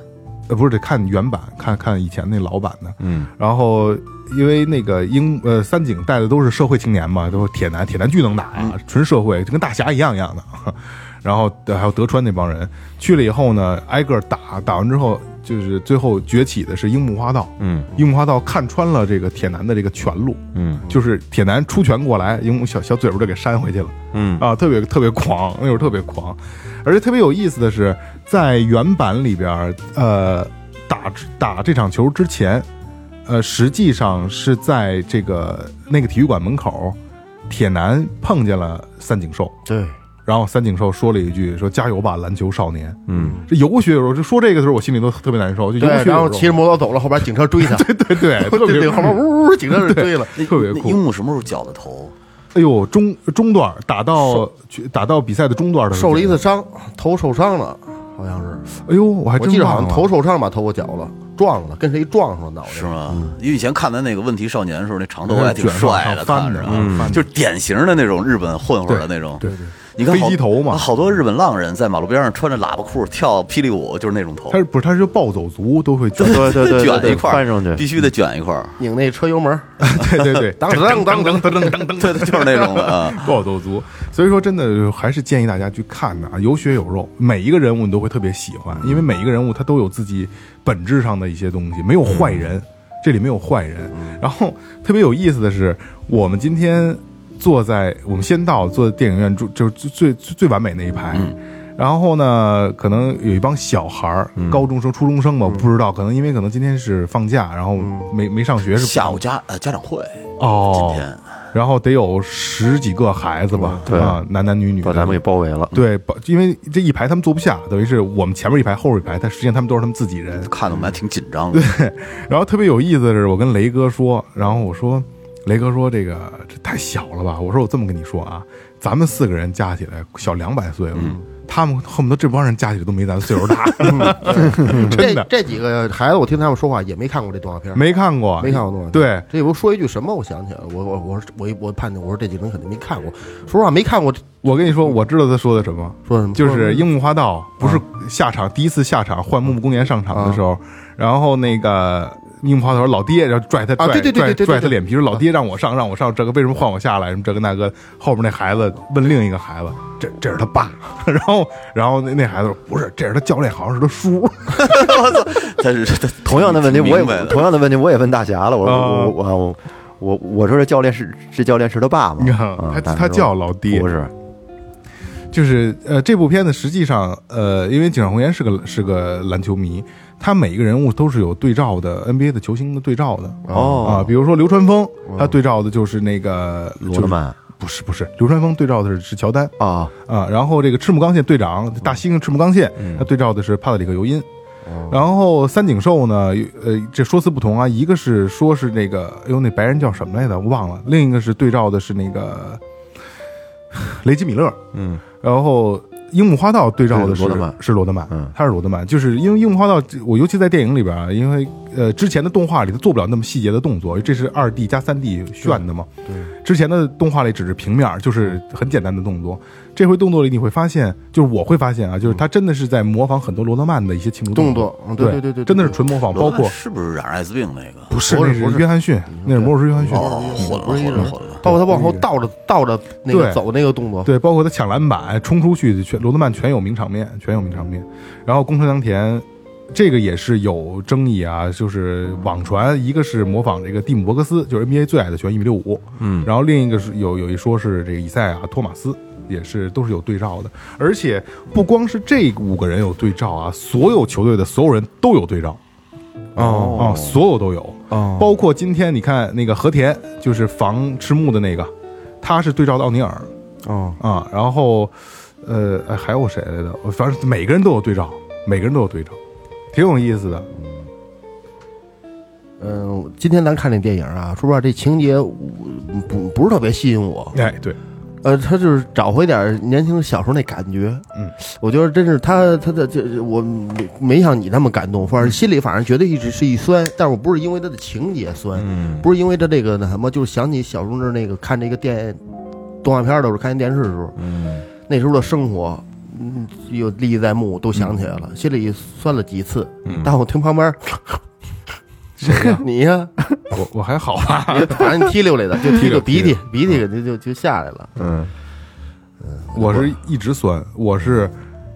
[SPEAKER 6] 呃，不是得看原版，看看以前那老版的。
[SPEAKER 7] 嗯，
[SPEAKER 6] 然后因为那个英呃三井带的都是社会青年嘛，都是铁男，铁男巨能打呀、
[SPEAKER 7] 嗯
[SPEAKER 6] 纯社会，就跟大侠一样一样的。 然后呃还有德川那帮人去了以后呢，挨个打，打完之后就是最后崛起的是樱木花道。
[SPEAKER 7] 嗯
[SPEAKER 6] 樱木花道看穿了这个铁男的这个全路，
[SPEAKER 7] 嗯
[SPEAKER 6] 就是铁男出拳过来，樱木小小嘴巴就给扇回去了。
[SPEAKER 7] 嗯
[SPEAKER 6] 啊，特别特别狂，那会儿特别狂，而且特别有意思的是，在原版里边儿，呃，打打这场球之前，呃，实际上是在这个那个体育馆门口，铁男碰见了三井寿，
[SPEAKER 2] 对，
[SPEAKER 6] 然后三井寿说了一句：“说加油吧，篮球少年。
[SPEAKER 7] 嗯”
[SPEAKER 6] 这有血有肉，就说这个的时候，我心里都特别难受，就有
[SPEAKER 2] 对，
[SPEAKER 6] 血
[SPEAKER 2] 然后
[SPEAKER 6] 有肉。
[SPEAKER 2] 骑着摩托走了，后边警车追他，
[SPEAKER 6] 对对 对，特
[SPEAKER 2] 对
[SPEAKER 6] 别
[SPEAKER 2] 对，后边呜 呜，警车就追了。
[SPEAKER 1] 那
[SPEAKER 6] 特别
[SPEAKER 1] 那
[SPEAKER 6] 酷
[SPEAKER 1] 樱木什么时候绞的头？
[SPEAKER 6] 哎呦，中中段儿打到去打到比赛的中段儿的时候，
[SPEAKER 2] 受了一次伤，头受伤了，好像是，
[SPEAKER 6] 哎呦，我还
[SPEAKER 2] 我
[SPEAKER 6] 真
[SPEAKER 2] 记得好
[SPEAKER 6] 忘
[SPEAKER 2] 像
[SPEAKER 6] 了
[SPEAKER 2] 头受伤把头给绞了，撞了，跟谁撞上了脑袋？
[SPEAKER 1] 是吗？
[SPEAKER 6] 嗯
[SPEAKER 1] 因为以前看他那个《问题少年》的时候，那长头发还挺帅的，看
[SPEAKER 6] 翻的
[SPEAKER 1] 着，
[SPEAKER 6] 嗯
[SPEAKER 1] 啊，就是典型的那种日本混混的那种。
[SPEAKER 6] 对对，
[SPEAKER 1] 你看好
[SPEAKER 6] 飞机头嘛
[SPEAKER 1] 好多日本浪人在马路边上穿着喇叭裤跳霹雳舞，就是那种头
[SPEAKER 6] 他，是不是他是暴走族都会卷，
[SPEAKER 7] 对对对对
[SPEAKER 1] 卷
[SPEAKER 7] 对，
[SPEAKER 1] 一块
[SPEAKER 7] 翻
[SPEAKER 1] 儿
[SPEAKER 7] 上去，
[SPEAKER 1] 必须得卷一块儿，
[SPEAKER 2] 拧那车油门，
[SPEAKER 6] 对对对，
[SPEAKER 2] 当当当当当当当，
[SPEAKER 1] 对，就是那 种的啊。
[SPEAKER 6] 暴走族。所以说，真的还是建议大家去看的啊，有血有肉，每一个人物你都会特别喜欢，因为每一个人物他都有自己本质上的一些东西，没有坏人，这里没有坏人。然后特别有意思的是，我们今天坐在我们先到坐在电影院住，就是最最最完美那一排。然后呢，可能有一帮小孩儿，高中生、初中生吧，我不知道，可能因为可能今天是放假，然后没没上学是
[SPEAKER 1] 下午家呃家长会，
[SPEAKER 6] 哦，
[SPEAKER 1] 今天
[SPEAKER 6] 然后得有十几个孩子吧，
[SPEAKER 7] 对
[SPEAKER 6] 啊，男男女女的，
[SPEAKER 7] 把咱们给包围了。
[SPEAKER 6] 对，把因为这一排他们坐不下，等于是我们前面一排，后面一排，但实际上他们都是他们自己人。
[SPEAKER 1] 看的我们还挺紧张的，
[SPEAKER 6] 然后特别有意思的是，我跟雷哥说，然后我说，雷哥说这个这太小了吧？我说我这么跟你说啊，咱们四个人加起来小两百岁了。他们恨不得这帮人加起来都没咱岁数大， 真
[SPEAKER 2] 这
[SPEAKER 6] 的
[SPEAKER 2] 这几个孩子，我听他们说话也没看过这动画片，
[SPEAKER 6] 没看过，
[SPEAKER 2] 没看过动画片。
[SPEAKER 6] 对，
[SPEAKER 2] 这不说一句什么？我想起来了，我我我我我判定，我说这几个人肯定没看过。说实话，没看过，
[SPEAKER 6] 我跟你说，我知道他说的什么，
[SPEAKER 2] 说什么
[SPEAKER 6] 就是樱木花道不是下场、第一次下场换木木公园上场的时候，然后那个樱木花道说老爹，然后拽他拽、
[SPEAKER 2] 啊对对对对对对
[SPEAKER 6] 拽拽他脸皮说老爹让我上让我上，这个为什么换我下来？什么这个那个，后面那孩子问另一个孩子，这这是他爸， 然后然后那那孩子说不是，这是他教练，好像是他叔，
[SPEAKER 1] 我操！但是 他
[SPEAKER 7] 同样的问题，我
[SPEAKER 1] 明白
[SPEAKER 7] 也
[SPEAKER 1] 了
[SPEAKER 7] 同样的问题，我也问大侠了。我
[SPEAKER 6] 啊
[SPEAKER 7] 我我我我我说这教练是这教练是他爸 吗
[SPEAKER 6] 你看？
[SPEAKER 7] 啊
[SPEAKER 6] 他
[SPEAKER 7] 大家
[SPEAKER 6] 他
[SPEAKER 7] 说
[SPEAKER 6] 叫老爹
[SPEAKER 7] 不是？
[SPEAKER 6] 就是呃，这部片子实际上呃，因为井上红彦是个是个篮球迷，他每一个人物都是有对照的 NBA 的球星的对照的
[SPEAKER 7] 哦
[SPEAKER 6] 啊，比如说流川枫，他对照的就是那个
[SPEAKER 7] 罗德，曼
[SPEAKER 6] 就是不是不是，流川枫对照的是是乔丹
[SPEAKER 7] 啊，
[SPEAKER 6] 啊，然后这个赤木刚宪队长
[SPEAKER 7] 嗯
[SPEAKER 6] 大猩猩赤木刚宪，他对照的是帕特里克尤因。
[SPEAKER 7] 哦
[SPEAKER 6] 然后三井寿呢，呃，这说辞不同啊，一个是说是那个，哎呦，那白人叫什么来着？我忘了。另一个是对照的是那个雷吉米勒，
[SPEAKER 7] 嗯，
[SPEAKER 6] 然后樱木花道对照的
[SPEAKER 7] 对
[SPEAKER 6] 是
[SPEAKER 7] 罗德曼
[SPEAKER 6] 是罗德曼，
[SPEAKER 7] 嗯
[SPEAKER 6] 他是罗德曼，就是因为樱木花道，我尤其在电影里边啊，因为呃之前的动画里他做不了那么细节的动作，这是二 D 加三 D 炫的嘛，对，之前的动画里只是平面，就是很简单的动作，这回动作里你会发现，就是我会发现啊，就是他真的是在模仿很多罗德曼的一些庆祝
[SPEAKER 2] 动
[SPEAKER 6] 作
[SPEAKER 2] 作，嗯
[SPEAKER 6] 对
[SPEAKER 2] 对对对对对
[SPEAKER 6] 真的是纯模仿，包括
[SPEAKER 1] 是不是染艾滋病那个？
[SPEAKER 6] 不是
[SPEAKER 2] 不是
[SPEAKER 6] 那
[SPEAKER 2] 不
[SPEAKER 6] 是
[SPEAKER 2] 是
[SPEAKER 6] 约翰逊，那是魔术师约翰逊，
[SPEAKER 1] 哦，混了混了混了。
[SPEAKER 2] 包括他往后倒着倒着那个
[SPEAKER 6] 对
[SPEAKER 2] 走那个动作，
[SPEAKER 6] 对，包括他抢篮板冲出去，全罗德曼全有名场面，全有名场面。然后宫城良田，这个也是有争议啊，就是网传一个是模仿这个蒂姆伯克斯，就是 NBA 最矮的球员一米六五，
[SPEAKER 7] 嗯，
[SPEAKER 6] 然后另一个是有有一说是这个以赛亚托马斯。也是都是有对照的，而且不光是这五个人有对照啊，所有球队的所有人都有对照，啊、
[SPEAKER 7] 哦
[SPEAKER 6] 所有都有，
[SPEAKER 7] 哦
[SPEAKER 6] 包括今天你看那个和田，就是防赤木的那个，他是对照的奥尼尔，
[SPEAKER 7] 哦，
[SPEAKER 6] 啊，然后，呃，哎还有谁来的？我反正每个人都有对照，每个人都有对照，挺有意思的。
[SPEAKER 2] 嗯，今天咱看这电影啊，说实话，这情节我不不是特别吸引我，
[SPEAKER 6] 哎，对，
[SPEAKER 2] 呃，他就是找回点儿年轻小时候那感觉。
[SPEAKER 6] 嗯，
[SPEAKER 2] 我觉得真是他他的这我没没像你那么感动，反正心里反正觉得一直是一酸，但是我不是因为他的情节酸，
[SPEAKER 7] 嗯，
[SPEAKER 2] 不是因为他这个那什么，就是想起小时候的那个看这个电动画片儿的时候，看电视的时候，
[SPEAKER 7] 嗯，
[SPEAKER 2] 那时候的生活，嗯，有历历在目，都想起来了，心里酸了几次。但我听旁边儿， 谁呀？你呀、
[SPEAKER 1] 嗯
[SPEAKER 6] 我我还好吧，
[SPEAKER 2] 你反正你踢溜来的，就踢
[SPEAKER 6] 溜
[SPEAKER 2] 个鼻涕，鼻涕给就就就下来了。
[SPEAKER 7] 嗯，
[SPEAKER 6] 我是一直酸，我是，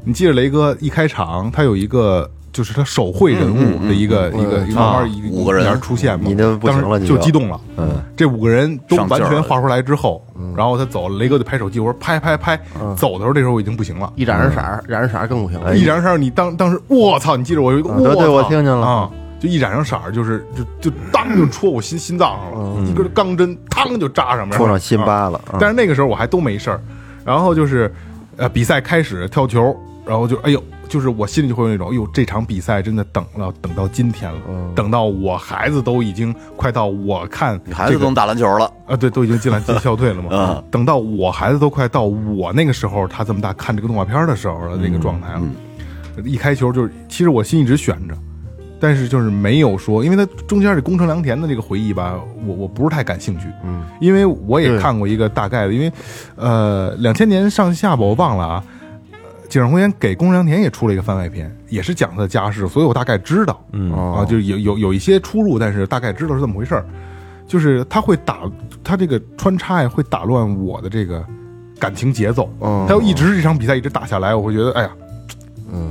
[SPEAKER 6] 你记着雷哥一开场，他有一个就是他手绘人
[SPEAKER 1] 嗯
[SPEAKER 6] 物的一个一个一个慢慢一
[SPEAKER 1] 啊五个人
[SPEAKER 6] 一点出现嘛，
[SPEAKER 7] 你那不行了
[SPEAKER 6] 当时
[SPEAKER 7] 你
[SPEAKER 6] 就
[SPEAKER 7] 就
[SPEAKER 6] 激动了，
[SPEAKER 7] 嗯，
[SPEAKER 6] 这五个人都
[SPEAKER 1] 上劲
[SPEAKER 6] 完
[SPEAKER 1] 儿了嗯
[SPEAKER 6] 全画出来之后，然后他走了，雷哥就拍手机，我说拍拍拍，走的时候这时候我已经不行了，
[SPEAKER 2] 一染上色儿，染上色儿更不行了。
[SPEAKER 6] 一染上色儿你当当时我操，你记着我有一个
[SPEAKER 7] 哎啊对对
[SPEAKER 6] 我
[SPEAKER 7] 我
[SPEAKER 6] 操
[SPEAKER 7] 听见了
[SPEAKER 6] 啊。就一染上色儿，就是就就当就戳我心心脏上了，一根钢针，嘡就扎上面，
[SPEAKER 7] 嗯戳上心
[SPEAKER 6] 啊
[SPEAKER 7] 巴了，嗯
[SPEAKER 6] 但是那个时候我还都没事儿。然后就是，呃，比赛开始跳球，然后就哎呦，就是我心里就会有那种，哎呦，这场比赛真的等了，等到今天了，
[SPEAKER 7] 嗯
[SPEAKER 6] 等到我孩子都已经快到我看、这
[SPEAKER 1] 你
[SPEAKER 6] 个、
[SPEAKER 1] 孩子都能打篮球了，
[SPEAKER 6] 啊，对，都已经进来进校队了嘛。
[SPEAKER 1] 嗯
[SPEAKER 6] 等到我孩子都快到我那个时候，他这么大看这个动画片的时候的那个状态了。一开球就是，其实我心一直悬着，但是就是没有说，因为他中间这宫城良田的这个回忆吧，我我不是太感兴趣。嗯，因为我也
[SPEAKER 2] 对
[SPEAKER 6] 看过一个大概的，因为呃，两千年上下吧，我忘了啊。呃井上公园给宫城良田也出了一个番外篇，也是讲他的家世，所以我大概知道。
[SPEAKER 7] 嗯
[SPEAKER 6] 啊，
[SPEAKER 2] 哦
[SPEAKER 6] 就是有有有一些出入，但是大概知道是这么回事儿。就是他会打他这个穿插呀，会打乱我的这个感情节奏。
[SPEAKER 2] 嗯
[SPEAKER 6] 他要一直这场比赛一直打下来，我会觉得哎呀，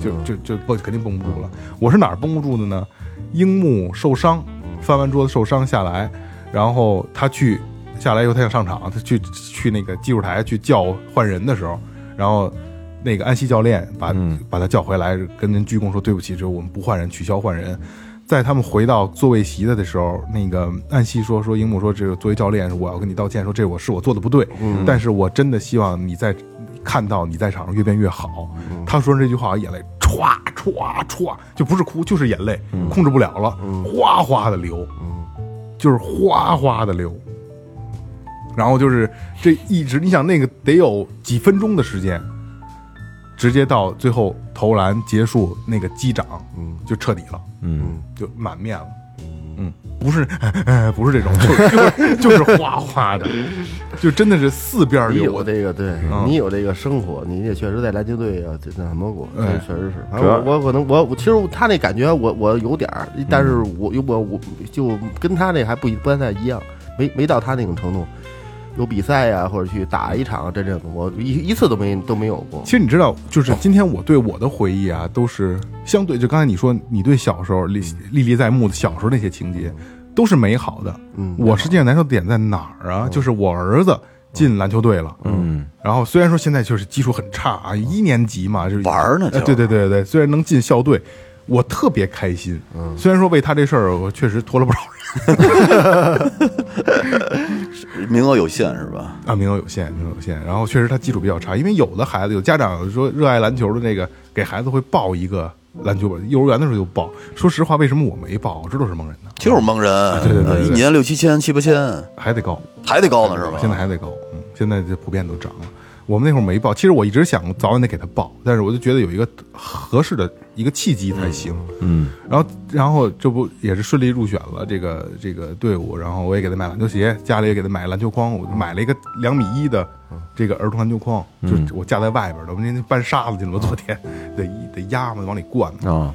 [SPEAKER 6] 就就就绷肯定绷不住了。我是哪儿绷不住的呢？樱木受伤，翻完桌子受伤下来，然后他去下来以后，他想上场，他去去那个技术台去叫换人的时候，然后那个安西教练
[SPEAKER 7] 啊
[SPEAKER 6] 把、
[SPEAKER 7] 嗯
[SPEAKER 6] 把他叫回来，跟人鞠躬说对不起，就是我们不换人，取消换人。在他们回到座位席的的时候，那个安西说说樱木说这个作为教练，我要跟你道歉，说这我是我做的不对，但是我真的希望你在看到你在场上越变越好。他说这句话，眼泪歘歘歘，就不是哭就是眼泪，控制不了了，哗哗的流，就是哗哗的流。然后就是这一直，你想那个得有几分钟的时间，直接到最后投篮结束那个击掌，嗯，就彻底了，嗯，就满面了。嗯，不是， 不是这种，就是 就是就是哗哗的，就真啊的是四边
[SPEAKER 2] 你
[SPEAKER 6] 流。
[SPEAKER 2] 有这个，对你有这个生活，你也确实在篮球队啊，这那什么过，这
[SPEAKER 6] 哎
[SPEAKER 2] 确实是。反
[SPEAKER 7] 主要
[SPEAKER 2] 正我我可能我我其实他那感觉我我有点儿，但是我我我就跟他那还不一不太一样，没没到他那种程度。有比赛呀、或者去打一场啊真正的，我一一次都没都没有过
[SPEAKER 6] 其。实你知道，就是今天我对我的回忆啊，都是相对就刚才你说你对小时候历历历在目的小时候那些情节，都是美好的。
[SPEAKER 2] 嗯
[SPEAKER 6] 我实际上难受的点在哪儿啊？就是我儿子进篮球队了，
[SPEAKER 7] 嗯，
[SPEAKER 6] 然后虽然说现在就是基础很差啊，一年级嘛，就是
[SPEAKER 1] 玩儿呢
[SPEAKER 6] 呃
[SPEAKER 1] 就是
[SPEAKER 6] 对对对对对，虽然能进校队。我特别开心，虽然说为他这事儿，我确实拖了不少人
[SPEAKER 1] 名额有限是吧？
[SPEAKER 6] 啊，名额有限，名额有限。然后确实他基础比较差，因为有的孩子，有家长说热爱篮球的这个，给孩子会报一个篮球班，幼儿园的时候就报。说实话，为什么我没报？我知道是蒙人的，
[SPEAKER 1] 就是蒙人，
[SPEAKER 6] 啊
[SPEAKER 1] 呃
[SPEAKER 6] 对对对对对
[SPEAKER 1] 一年六七千、七八千，
[SPEAKER 6] 还得高，
[SPEAKER 1] 还得高呢是吧？
[SPEAKER 6] 现在还得高，嗯，现在就普遍都涨了。我们那会儿没报，其实我一直想早晚得给他报，但是我就觉得有一个合适的一个契机才行。嗯，然后然后这不也是顺利入选了这个这个队伍，然后我也给他买篮球鞋，家里也给他买篮球框，我买了一个两米一的这个儿童篮球框，就是我架在外边的，我们那搬沙子进了，昨天 得得压嘛，往里灌嘛。
[SPEAKER 7] 啊，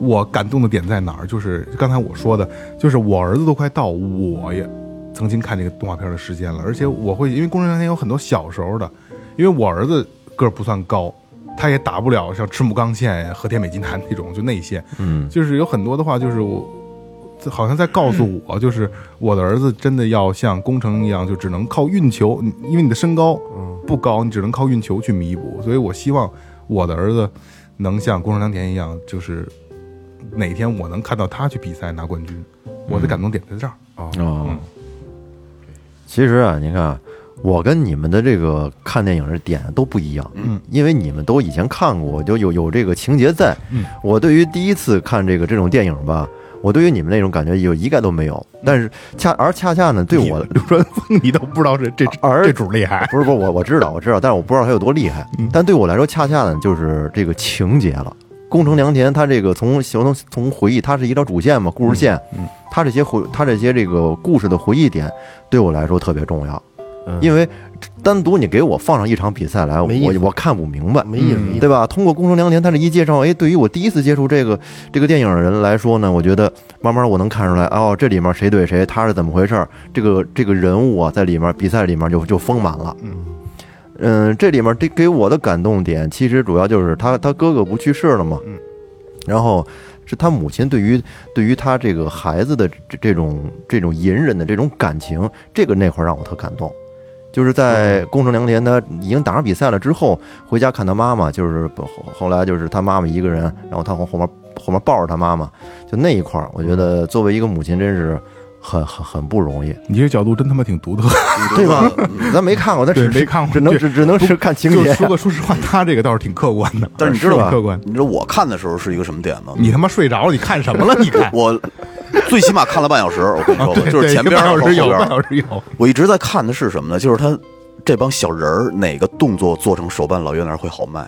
[SPEAKER 6] 我感动的点在哪儿？就是刚才我说的，就是我儿子都快到我也曾经看这个动画片的时间了，而且我会因为《工程良田》有很多小时候的，因为我儿子个儿不算高，他也打不了像赤木刚宪呀、和田美纪男那种，就那些，
[SPEAKER 7] 嗯，
[SPEAKER 6] 就是有很多的话，就是我这好像在告诉我，就是我的儿子真的要像工程一样，就只能靠运球，你因为你的身高不高，你只能靠运球去弥补。所以我希望我的儿子能像工程良田一样，就是哪天我能看到他去比赛拿冠军，我的感动点在这儿。
[SPEAKER 7] 哦，
[SPEAKER 6] 嗯
[SPEAKER 7] 其实啊，你看，我跟你们的这个看电影的点都不一样，
[SPEAKER 6] 嗯，
[SPEAKER 7] 因为你们都以前看过，就有有这个情节在。
[SPEAKER 6] 嗯，
[SPEAKER 7] 我对于第一次看这个这种电影吧，我对于你们那种感觉有一概都没有。但是恰而恰恰呢，对
[SPEAKER 6] 你
[SPEAKER 7] 我
[SPEAKER 6] 流川枫，你都不知道这这
[SPEAKER 7] 而
[SPEAKER 6] 这主厉害，
[SPEAKER 7] 不是不是我我知道我知道，但是我不知道他有多厉害。
[SPEAKER 2] 嗯
[SPEAKER 7] 但对我来说，恰恰呢就是这个情节了。宫城良田他这个从从从回忆，它是一条主线嘛，故事线。
[SPEAKER 6] 嗯嗯
[SPEAKER 7] 他这些回他这些这个故事的回忆点，对我来说特别重要，
[SPEAKER 2] 嗯
[SPEAKER 7] 因为单独你给我放上一场比赛来，我
[SPEAKER 2] 没意思
[SPEAKER 7] 我看不明白。
[SPEAKER 2] 没意思，
[SPEAKER 6] 嗯
[SPEAKER 2] 没意思
[SPEAKER 7] 对吧？通过《宫城良田》，他这一介绍，哎，对于我第一次接触这个这个电影的人来说呢，我觉得慢慢我能看出来，哦，这里面谁对谁，他是怎么回事儿，这个这个人物啊，在里面比赛里面就就丰满了。嗯这里面这给我的感动点，其实主要就是他他哥哥不去世了嘛，嗯，然后是他母亲对于对于他这个孩子的这这种这种隐忍的这种感情，这个那会儿让我特感动。就是在宫城良田他已经打上比赛了之后，回家看他妈妈，就是后后来就是他妈妈一个人，然后他后后面后面抱着他妈妈，就那一块儿，我觉
[SPEAKER 6] 嗯
[SPEAKER 7] 得作为一个母亲真是很很很不容易，
[SPEAKER 6] 你这角度真他妈挺独特。
[SPEAKER 7] 对吧？咱没看过，但是
[SPEAKER 6] 对没看过
[SPEAKER 7] 只能
[SPEAKER 6] 这
[SPEAKER 7] 只只能是看情
[SPEAKER 6] 就
[SPEAKER 7] 节
[SPEAKER 6] 是。说个说实话，他这个倒是挺客观的，
[SPEAKER 1] 但是你知道
[SPEAKER 6] 挺
[SPEAKER 1] 吧
[SPEAKER 6] 客观。
[SPEAKER 1] 你知道我看的时候是一个什么点吗？，
[SPEAKER 6] 你他妈睡着了，你看什么了？你看 啊
[SPEAKER 1] 我最起码看了半小时，我跟你说吧，
[SPEAKER 6] 对
[SPEAKER 1] 就是
[SPEAKER 6] 对
[SPEAKER 1] 前
[SPEAKER 6] 一个
[SPEAKER 1] 边
[SPEAKER 6] 半
[SPEAKER 1] 儿
[SPEAKER 6] 小
[SPEAKER 1] 和
[SPEAKER 6] 时
[SPEAKER 1] 后
[SPEAKER 6] 有，
[SPEAKER 1] 边
[SPEAKER 6] 半
[SPEAKER 1] 儿。
[SPEAKER 6] 小时有，
[SPEAKER 1] 我一直在看的是什么呢？就是他这帮小人儿哪个动作做成手办老越南会好卖。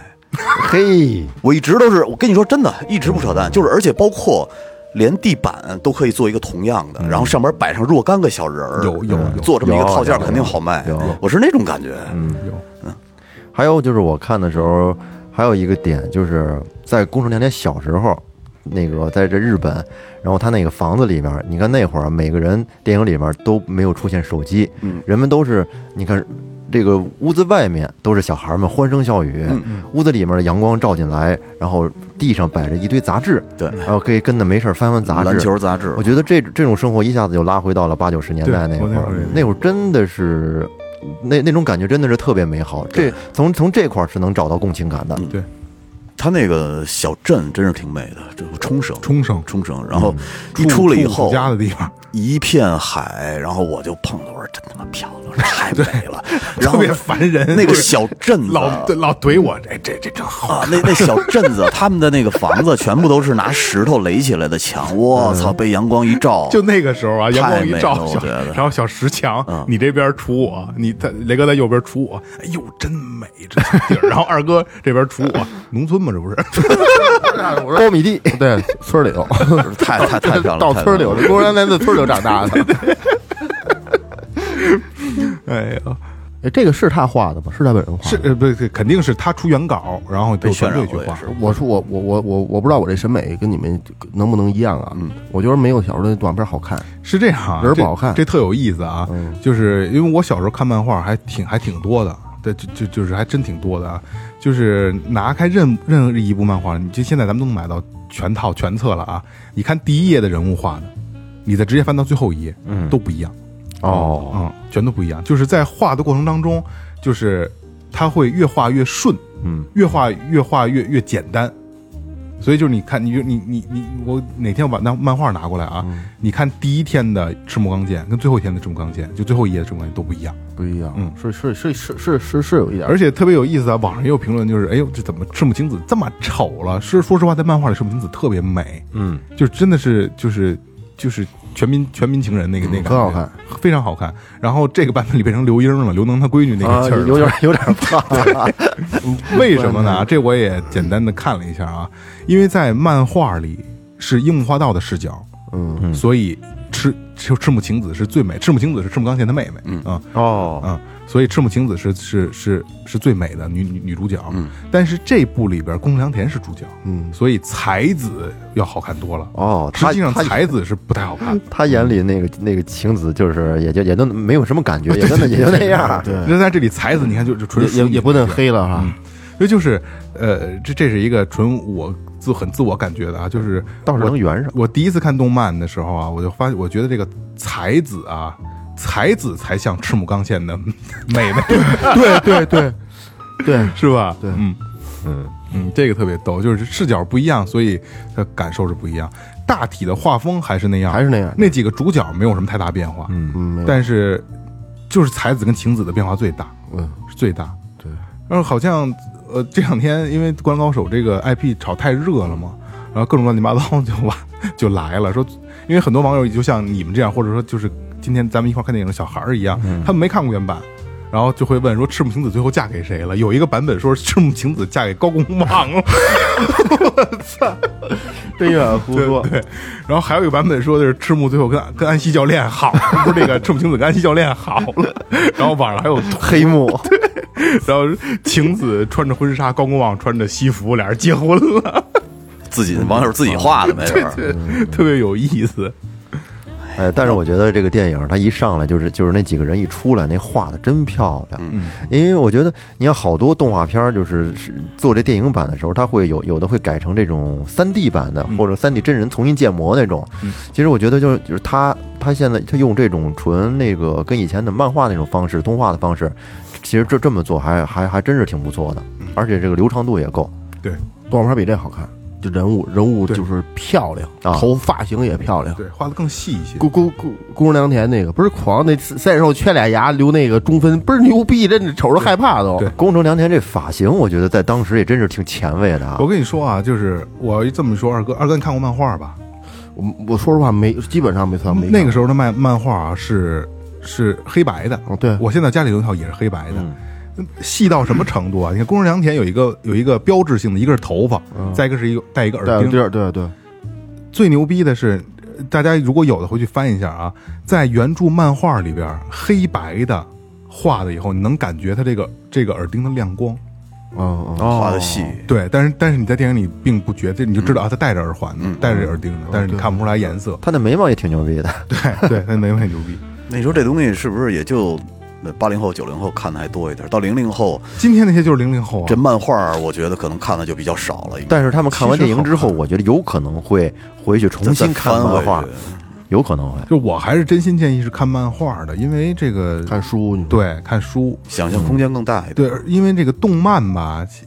[SPEAKER 7] 嘿，
[SPEAKER 1] 我一直都是，我跟你说真的，一直不扯淡，就是而且包括连地板都可以做一个同样的，然后上边摆上若干个小人儿，嗯
[SPEAKER 6] 有有有
[SPEAKER 1] 做这么一个套件
[SPEAKER 7] 有有
[SPEAKER 1] 肯定好卖
[SPEAKER 7] 有嗯有，
[SPEAKER 1] 我是那种感觉。
[SPEAKER 7] 还有就是我看的时候，还有一个点就是在宫城良田小时候，那个在这日本，然后他那个房子里面，你看那会儿每个人电影里面都没有出现手机，
[SPEAKER 1] 嗯
[SPEAKER 7] 人们都是你看这个屋子外面都是小孩们欢声笑语，
[SPEAKER 1] 嗯
[SPEAKER 7] 屋子里面的阳光照进来，然后地上摆着一堆杂志，
[SPEAKER 1] 对
[SPEAKER 7] 然后可以跟着没事儿翻翻杂志，
[SPEAKER 1] 篮球杂志
[SPEAKER 7] 我，觉得这这种生活一下子就拉回到了八九十年代那
[SPEAKER 6] 对
[SPEAKER 7] 会
[SPEAKER 6] 我那会儿
[SPEAKER 7] 儿
[SPEAKER 6] 也是，
[SPEAKER 7] 那会儿真的是，那那种感觉真的是特别美好。这从从这块儿是能找到共情感的。
[SPEAKER 1] 他那个小镇真是挺美的，这个冲绳，
[SPEAKER 6] 冲绳
[SPEAKER 1] 冲绳，然后一
[SPEAKER 7] 嗯
[SPEAKER 6] 住
[SPEAKER 1] 出来以
[SPEAKER 6] 住
[SPEAKER 1] 后，
[SPEAKER 6] 家的地方，
[SPEAKER 1] 一片海，然后我就碰到，我说真他妈漂亮，太美 了，然
[SPEAKER 6] 特
[SPEAKER 1] 后
[SPEAKER 6] 别烦人。
[SPEAKER 1] 那个小镇子 啊
[SPEAKER 6] 老对老怼我，哎，这这真好。
[SPEAKER 1] 啊，那那小镇子，他们的那个房子全部都是拿石头垒起来的墙，我操，被阳光一照，
[SPEAKER 6] 就那个时候啊，阳光
[SPEAKER 1] 太美
[SPEAKER 6] 一
[SPEAKER 1] 了
[SPEAKER 6] 照，
[SPEAKER 1] 我
[SPEAKER 6] 小
[SPEAKER 1] 觉得
[SPEAKER 6] 然后小石墙
[SPEAKER 1] 嗯，
[SPEAKER 6] 你这边杵我，你他雷哥在右边杵我，哎呦，真美这地儿。然 后二哥这边杵我，农村嘛，这不是？
[SPEAKER 7] 苞米地，
[SPEAKER 2] 对，村儿里头，
[SPEAKER 1] 太哎太太漂亮了，
[SPEAKER 2] 到
[SPEAKER 1] 太
[SPEAKER 2] 村儿里
[SPEAKER 1] 漂
[SPEAKER 2] 头，
[SPEAKER 1] 亮
[SPEAKER 2] 这公然在村儿里头长大的。
[SPEAKER 6] 哎呀，
[SPEAKER 2] 哎，这个是他画的吗？是他本人画的？
[SPEAKER 6] 是呃，不是，肯定是他出原稿，然后
[SPEAKER 1] 被
[SPEAKER 6] 有
[SPEAKER 1] 渲
[SPEAKER 6] 团
[SPEAKER 1] 染
[SPEAKER 6] 队去
[SPEAKER 1] 过也
[SPEAKER 6] 画
[SPEAKER 1] 是。。
[SPEAKER 2] 我说我我我我我不知道我这审美跟你们能不能一样啊？嗯，我觉得没有小时候的动画片好看。
[SPEAKER 6] 是这样啊，这
[SPEAKER 2] 人不好看嗯
[SPEAKER 6] 这特有意思啊，就是因为我小时候看漫画还挺还挺多的，对，就就就是还真挺多的啊，就是拿开任任意一部漫画，你就现在咱们都能买到全套全册了啊，你看第一页的人物画的，你再直接翻到最后一页，嗯，都不一样，
[SPEAKER 7] 哦，
[SPEAKER 6] 嗯，全都不一样，就是在画的过程当中，就是它会越画越顺，
[SPEAKER 7] 嗯，
[SPEAKER 6] 越画越画越越简单。所以就是你看，你就你你你我哪天我把那漫画拿过来啊？
[SPEAKER 7] 嗯
[SPEAKER 6] 你看第一天的赤木刚宪跟最后一天的赤木刚宪，就最后一页的赤木刚宪都不一样，
[SPEAKER 2] 不一样，
[SPEAKER 6] 嗯
[SPEAKER 2] 是是是是是是是有一点儿，
[SPEAKER 6] 而且特别有意思啊！网上也有评论，就是哎呦，这怎么赤木晴子这么丑了？是说实话，在漫画里赤木晴子特别美，
[SPEAKER 7] 嗯，
[SPEAKER 6] 就真的是就是就是全民全民情人那个那个，
[SPEAKER 2] 很好看，
[SPEAKER 6] 非常好看。然后这个版本里变成刘英了，刘能他闺女那
[SPEAKER 7] 啊
[SPEAKER 6] 个气儿了，
[SPEAKER 7] 有点有点怕。
[SPEAKER 6] 为什么呢？这我也简单的看了一下啊，因为在漫画里是樱木花道的视角，嗯，所以赤就赤木晴子是最美，赤木晴子是赤木刚宪他妹妹，嗯啊
[SPEAKER 7] 哦，
[SPEAKER 6] 啊，所以赤木晴子是是是是最美的女女女主角，但是这部里边宫良田是主角，
[SPEAKER 2] 嗯，
[SPEAKER 6] 所以才子要好看多了。
[SPEAKER 7] 哦，
[SPEAKER 6] 实
[SPEAKER 7] 他
[SPEAKER 6] 际上，
[SPEAKER 7] 他
[SPEAKER 6] 才子是不太好看，
[SPEAKER 7] 他眼里那个那个晴子，就是也就也都没有什么感觉，也 真的也就那样。
[SPEAKER 2] 对
[SPEAKER 6] 那在这里才子，你看就就纯
[SPEAKER 2] 嗯也也
[SPEAKER 6] 淑女
[SPEAKER 2] 也不能
[SPEAKER 6] 感觉
[SPEAKER 2] 黑了哈。
[SPEAKER 6] 所以就是，呃，这这是一个纯我自很自我感觉的啊，就是
[SPEAKER 7] 倒是
[SPEAKER 6] 我
[SPEAKER 7] 能圆上
[SPEAKER 6] 我第一次看动漫的时候啊，我就发现，我觉得这个才子啊，才子才像赤木刚宪的妹妹，
[SPEAKER 2] 对 对对对，
[SPEAKER 6] 是吧？
[SPEAKER 2] 对
[SPEAKER 6] 嗯
[SPEAKER 7] 嗯
[SPEAKER 6] 嗯，这个特别逗，就是视角不一样，所以他感受是不一样。大体的画风还是那样，
[SPEAKER 2] 还是那样。
[SPEAKER 6] 那几个主角没有什么太大变化，
[SPEAKER 7] 嗯，
[SPEAKER 2] 嗯，没有
[SPEAKER 6] 但是就是才子跟晴子的变化最大，
[SPEAKER 2] 嗯
[SPEAKER 6] 是最大。
[SPEAKER 2] 对，
[SPEAKER 6] 然后好像呃这两天因为《灌篮高手》这个 IP 炒太热了嘛，然后各种乱七八糟就把 就来了，说因为很多网友就像你们这样，或者说就是今天咱们一块儿看电影的小孩儿一样，
[SPEAKER 2] 嗯
[SPEAKER 6] 他们没看过原版。然后就会问说赤木晴子最后嫁给谁了？有一个版本说赤木晴子嫁给高公望 了，
[SPEAKER 7] 真愿胡说。
[SPEAKER 6] 对，然后还有一个版本说的是赤木最后跟跟安西教练好， 不是那个赤木晴子跟安西教练好了。然后网上还有，
[SPEAKER 7] 黑幕，
[SPEAKER 6] 然后晴子穿着婚纱，高公望穿着西服，俩人结婚了，
[SPEAKER 1] 自己网友自己画的没准儿。
[SPEAKER 6] 特别有意思。
[SPEAKER 7] 哎，但是我觉得这个电影它一上来就是就是那几个人一出来，那画的真漂亮。
[SPEAKER 6] 嗯
[SPEAKER 7] 因为我觉得你看好多动画片儿，就是是做这电影版的时候，它会有有的会改成这种三 D 版
[SPEAKER 1] 嗯
[SPEAKER 7] 的，或者三 D 真人重新建模那种。其实我觉得就是就是它它现在它用这种纯那个跟以前的漫画那种方式、动画的方式，其实这这么做还还还真是挺不错的，
[SPEAKER 1] 嗯
[SPEAKER 7] 而且这个流畅度也够。
[SPEAKER 2] 动画片比这好看，就人物人物就是漂亮，
[SPEAKER 7] 啊
[SPEAKER 2] 头发型也漂亮。
[SPEAKER 6] 对，画的更细一些。
[SPEAKER 2] 姑姑姑姑姑良田那个不是狂那三手缺俩牙留那个中分倍儿牛逼，真的瞅着害怕都。
[SPEAKER 6] 对
[SPEAKER 7] 宫城良田这发型，我觉得在当时也真是挺前卫的啊
[SPEAKER 6] 我。跟你说啊，就是我这么说，二哥，二哥你看过漫画吧？
[SPEAKER 2] 我我说实话没，基本上没算没看
[SPEAKER 6] 那个时候的漫漫画啊是是黑白的，
[SPEAKER 2] 哦对
[SPEAKER 6] 我现在家里有一套也是黑白的。嗯细到什么程度啊？你看宫城良田有一个有一个标志性的，一个是头发，再一个是一个嗯戴一个耳
[SPEAKER 2] 对
[SPEAKER 6] 钉，
[SPEAKER 2] 对对对，
[SPEAKER 6] 最牛逼的是，呃大家如果有的回去翻一下啊，在原著漫画里边儿黑白的画的以后，你能感觉它这个这个耳钉的亮光。
[SPEAKER 2] 嗯嗯，
[SPEAKER 1] 画的细，
[SPEAKER 6] 对，但是但是你在电影里并不觉得，你就知
[SPEAKER 2] 嗯
[SPEAKER 6] 道啊，他戴着耳环呢，戴着耳钉呢，但是你看不出来颜色。
[SPEAKER 7] 他那眉毛也挺牛逼的。
[SPEAKER 2] 嗯
[SPEAKER 6] 对，对，那没问题，牛逼。
[SPEAKER 1] 那时候这东西是不是也就八零后、九零后看的还多一点？到零零后，
[SPEAKER 6] 今天那些就是零零后啊
[SPEAKER 1] 这，漫画我觉得可能看的就比较少了。应该
[SPEAKER 7] 但是他们看完电影之后，我觉得有可能会回去重新看漫画
[SPEAKER 1] 再翻回，去
[SPEAKER 7] 有可能会。
[SPEAKER 6] 就我还是真心建议是看漫画的，因为这个
[SPEAKER 2] 看书你说
[SPEAKER 6] 对看书
[SPEAKER 1] 想象空间更大一点。
[SPEAKER 6] 对，因为这个动漫吧，基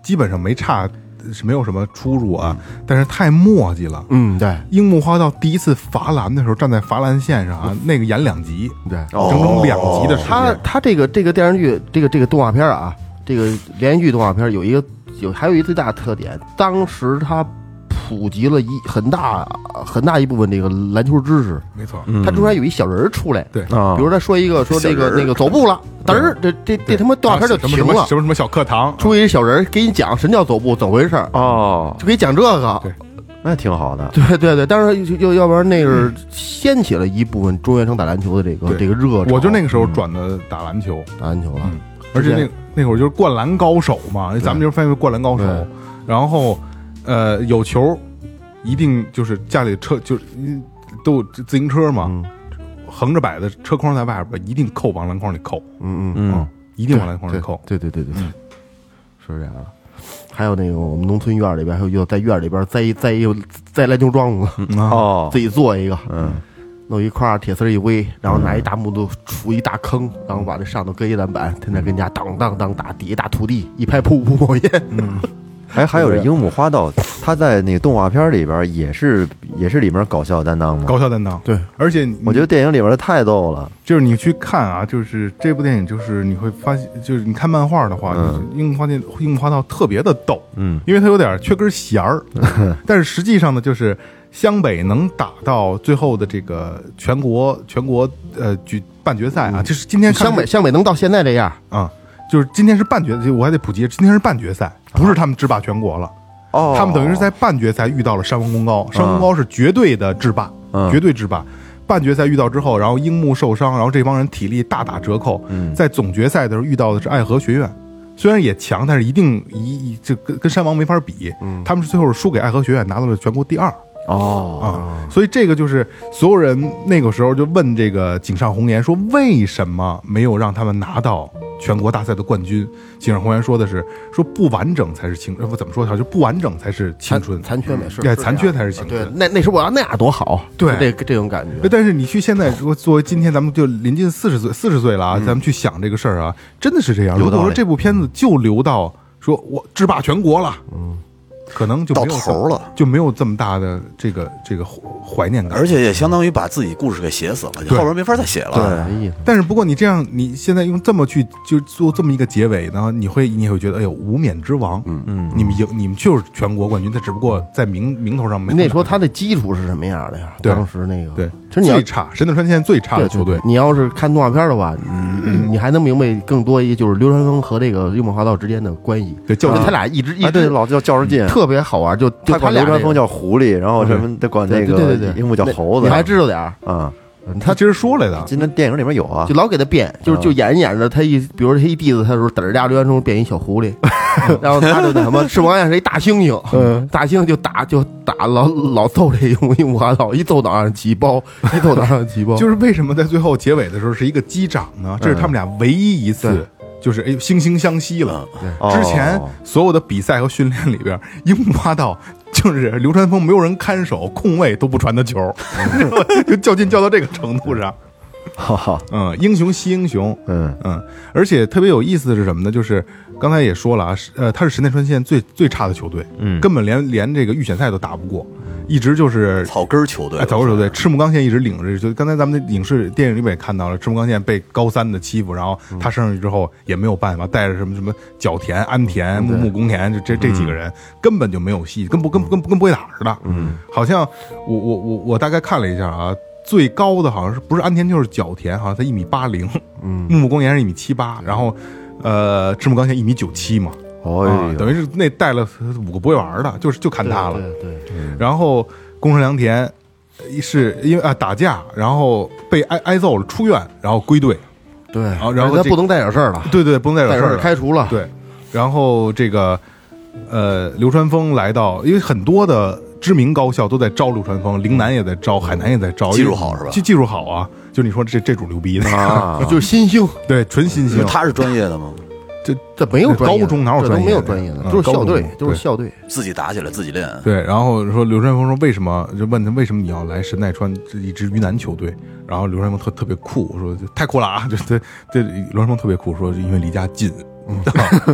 [SPEAKER 6] 基本上没差，是没有什么出入啊，但是太墨迹了。
[SPEAKER 2] 嗯对
[SPEAKER 6] 樱木花道第一次罚篮的时候，站在罚篮线上啊，那个演两集，
[SPEAKER 2] 对，
[SPEAKER 1] 哦
[SPEAKER 6] 整整两集的时
[SPEAKER 2] 嗯他
[SPEAKER 6] 间。
[SPEAKER 2] 他这个这个电视剧这个这个动画片啊，这个连续剧动画片有一个有还有一最大的特点，当时他普及了一很大很大一部分这个篮球知识，
[SPEAKER 6] 没错，
[SPEAKER 2] 他中间有一小人儿出来，
[SPEAKER 6] 对
[SPEAKER 7] 嗯啊
[SPEAKER 2] 比如他说一个说那
[SPEAKER 1] 小
[SPEAKER 2] 个
[SPEAKER 1] 人儿
[SPEAKER 2] 那个走步了，嘚儿这这这他妈动画片就
[SPEAKER 6] 什么
[SPEAKER 2] 停
[SPEAKER 6] 什么
[SPEAKER 2] 了
[SPEAKER 6] 什，么什么小课堂，
[SPEAKER 2] 出一小人儿给你讲什么叫走步，怎么回事儿，
[SPEAKER 7] 哦，
[SPEAKER 2] 就给你讲这个
[SPEAKER 6] 对。
[SPEAKER 7] 那挺好的。
[SPEAKER 2] 对对对，当然又要不然那个掀起了一部分中学生打篮球的这个
[SPEAKER 6] 对
[SPEAKER 2] 这个热潮，
[SPEAKER 6] 我就那个时候转的打篮球，
[SPEAKER 2] 打篮球了，
[SPEAKER 6] 而且那那会儿就是灌篮高手嘛，咱们就是翻译为灌篮高手
[SPEAKER 2] 对，
[SPEAKER 6] 然后呃有球，一定就是家里车就是嗯都有自行车嘛，
[SPEAKER 2] 嗯
[SPEAKER 6] 横着摆的车筐在外边，一定扣往篮筐里扣，
[SPEAKER 2] 嗯嗯。
[SPEAKER 7] 嗯，
[SPEAKER 6] 一定往篮筐里扣。
[SPEAKER 2] 对对对对对，是这样的。还有那个我们农村院儿里边，还有就在院儿里边栽一栽一栽篮球桩子，
[SPEAKER 6] 嗯
[SPEAKER 7] 哦，
[SPEAKER 2] 自己做一个，嗯，弄一块儿铁丝儿一围，然后拿一大木头杵一大坑，然后把这上头搁一篮板，天天跟家当当当打，底下打土地，一拍噗噗冒烟，
[SPEAKER 6] 嗯
[SPEAKER 7] 哎还还有这樱木花道，他在那个动画片里边也是也是里面搞笑担当嘛。
[SPEAKER 6] 高校担当，
[SPEAKER 2] 对，
[SPEAKER 6] 而且你
[SPEAKER 7] 我觉得电影里边他太逗了，
[SPEAKER 6] 就是你去看啊，就是这部电影，就是你会发现，就是你看漫画的话，就是樱木花道樱木花道特别的逗，
[SPEAKER 7] 嗯，
[SPEAKER 6] 因为他有点缺根弦儿，但是实际上呢，就是湘北能打到最后的这个全国全国呃决半决赛啊，就是今天看
[SPEAKER 2] 湘北湘北能到现在这样，
[SPEAKER 6] 啊、就是今天是半决，我还得普及，今天是半决赛，不是他们制霸全国了。
[SPEAKER 7] 哦，
[SPEAKER 6] 他们等于是在半决赛遇到了山王功高，山王功高是绝对的制霸，
[SPEAKER 7] 嗯
[SPEAKER 6] 绝对制霸。半决赛遇到之后，然后樱木受伤，然后这帮人体力大打折扣。
[SPEAKER 7] 嗯
[SPEAKER 6] 在总决赛的时候遇到的是爱河学院，虽然也强，但是一定一一这跟跟山王没法比。他们是最后是输给爱河学院，拿到了全国第二。
[SPEAKER 7] 哦，
[SPEAKER 6] 啊，所以这个就是所有人那个时候就问这个井上红颜说，为什么没有让他们拿到全国大赛的冠军？井上红颜说的是，说不完整才是青，呃不怎么说，就不完整才是青春。
[SPEAKER 2] 嗯残缺美是，
[SPEAKER 6] 对
[SPEAKER 2] 是这样
[SPEAKER 6] 残缺才是青
[SPEAKER 2] 对
[SPEAKER 6] 春，
[SPEAKER 2] 那那时候我要那样多好，
[SPEAKER 6] 对
[SPEAKER 2] 就这这种感觉，
[SPEAKER 6] 但是你去现在说，作为今天咱们就临近四十岁，四十岁了啊，咱们去想这个事儿啊，真的是这样。
[SPEAKER 7] 有
[SPEAKER 6] 如
[SPEAKER 7] 道理
[SPEAKER 6] 果说这部片子就留到说我制霸全国了，嗯，可能就
[SPEAKER 1] 到
[SPEAKER 6] 没有
[SPEAKER 1] 头了，
[SPEAKER 6] 就没有这么大的这个这个怀怀念感。
[SPEAKER 1] 而且也相当于把自己故事给写死了，
[SPEAKER 6] 对
[SPEAKER 1] 后边没法再写了。
[SPEAKER 2] 哎
[SPEAKER 7] 对，没意思。
[SPEAKER 6] 但是不过你这样，你现在用这么去就做这么一个结尾，然后你会你也会觉得，哎呦，无冕之王，嗯嗯，你们赢，你们就是全国冠军，他只不过在名名头上没有。
[SPEAKER 2] 你得说他的基础是什么样的呀？
[SPEAKER 6] 对
[SPEAKER 2] 当时那个，
[SPEAKER 6] 对，
[SPEAKER 2] 其实你要
[SPEAKER 6] 最差神奈川县最差的
[SPEAKER 2] 对
[SPEAKER 6] 球队
[SPEAKER 2] 对，你要是看动画片的话，你你你还能明白更多一些就是流川枫和这个樱木花道之间的关系。啊
[SPEAKER 6] 对较劲
[SPEAKER 2] 他俩一直嗯一
[SPEAKER 7] 哎，对，
[SPEAKER 2] 直
[SPEAKER 7] 老叫较着劲，
[SPEAKER 2] 特别好玩，就就
[SPEAKER 7] 他
[SPEAKER 2] 他
[SPEAKER 7] 管
[SPEAKER 2] 俩
[SPEAKER 7] 流川
[SPEAKER 2] 这
[SPEAKER 7] 枫
[SPEAKER 2] 个
[SPEAKER 7] 叫狐狸，然后什么他管那
[SPEAKER 2] 对对
[SPEAKER 7] 个
[SPEAKER 2] 对对，
[SPEAKER 7] 樱木叫
[SPEAKER 2] 那
[SPEAKER 7] 猴子，
[SPEAKER 2] 你还知道点儿？嗯
[SPEAKER 7] 啊？
[SPEAKER 6] 他今儿说来的，啊
[SPEAKER 7] 今天电影里面有啊
[SPEAKER 2] 就，老给他变，就是就演着演着，他一比如说他一弟子，他的时候，逮着家刘元冲变一小狐狸，嗯然后他就那什么，赤王爷是一大猩猩，大猩猩就打就打老老揍这樱木樱木花道，一揍脑上起包，一揍脑上起包，
[SPEAKER 6] 就是为什么在最后结尾的时候是一个击掌呢？这是他们俩唯一一次，就是哎呦惺惺相惜
[SPEAKER 1] 嗯
[SPEAKER 6] 了。
[SPEAKER 7] 哦
[SPEAKER 6] 之前所有的比赛和训练里边，樱木花道就是流川枫，没有人看守，空位都不传他球， 就较劲较到这个程度上。
[SPEAKER 7] 哈哈，
[SPEAKER 6] 嗯，英雄惜英雄。
[SPEAKER 7] 哦 嗯，
[SPEAKER 6] 嗯，而且特别有意思的是什么呢？就是刚才也说了啊，是呃，他是神奈川县最最差的球队，
[SPEAKER 7] 嗯
[SPEAKER 6] 根本连连这个预选赛都打不过，一直就是
[SPEAKER 1] 草根儿球队
[SPEAKER 6] 哎，，早球队，赤木刚宪一直领着，就刚才咱们的影视电影里面也看到了，赤木刚宪被高三的欺负，然后他升上去之后也没有办法，带着什么什么角田、安田、木木宫田，就这这几个人根本就没有戏，跟不跟不跟不跟不会打似的。嗯，好像我我我我大概看了一下啊，最高的好像是不是安田就是角田，好像才一米八零，嗯，木木宫田是一米七八，然后呃赤木刚宪一米九七嘛，啊
[SPEAKER 7] 哦，，
[SPEAKER 6] 等于是那带了五个不会玩的，就是就看他了。
[SPEAKER 2] 对对对
[SPEAKER 6] 然后宫城良田呃是因为啊打架，然后被挨挨揍了，出院，然后归队，
[SPEAKER 2] 对，
[SPEAKER 6] 后然后
[SPEAKER 2] 他
[SPEAKER 6] 这
[SPEAKER 2] 不能带点事儿了，
[SPEAKER 6] 对对，不能再惹
[SPEAKER 2] 带点
[SPEAKER 6] 事
[SPEAKER 2] 事
[SPEAKER 6] 儿
[SPEAKER 2] 儿
[SPEAKER 6] 了，
[SPEAKER 2] 开除了，
[SPEAKER 6] 对，然后这个呃，流川枫来到，因为很多的知名高校都在招流川枫，陵南也在招，海南也在招，
[SPEAKER 1] 技术好是吧
[SPEAKER 6] 技技术好啊，就你说这这主牛逼的，
[SPEAKER 7] 啊，
[SPEAKER 2] 就是新星，
[SPEAKER 6] 对，纯新
[SPEAKER 1] 因为
[SPEAKER 6] 星。
[SPEAKER 1] 嗯他是专业的嘛，
[SPEAKER 2] 这没有专业的，
[SPEAKER 6] 高中哪有
[SPEAKER 2] 这都
[SPEAKER 6] 专业的
[SPEAKER 2] 没有专业的，
[SPEAKER 6] 嗯
[SPEAKER 2] 都是校队
[SPEAKER 6] 高中，
[SPEAKER 2] 都是校队，
[SPEAKER 1] 自己打起来，自己练。
[SPEAKER 6] 对，然后说流川枫说为什么？就问他为什么你要来神奈川这一支鱼腩球队？然后流川枫特特别酷，我说太酷了啊！这这这流川枫特别酷，说是因为离家近，嗯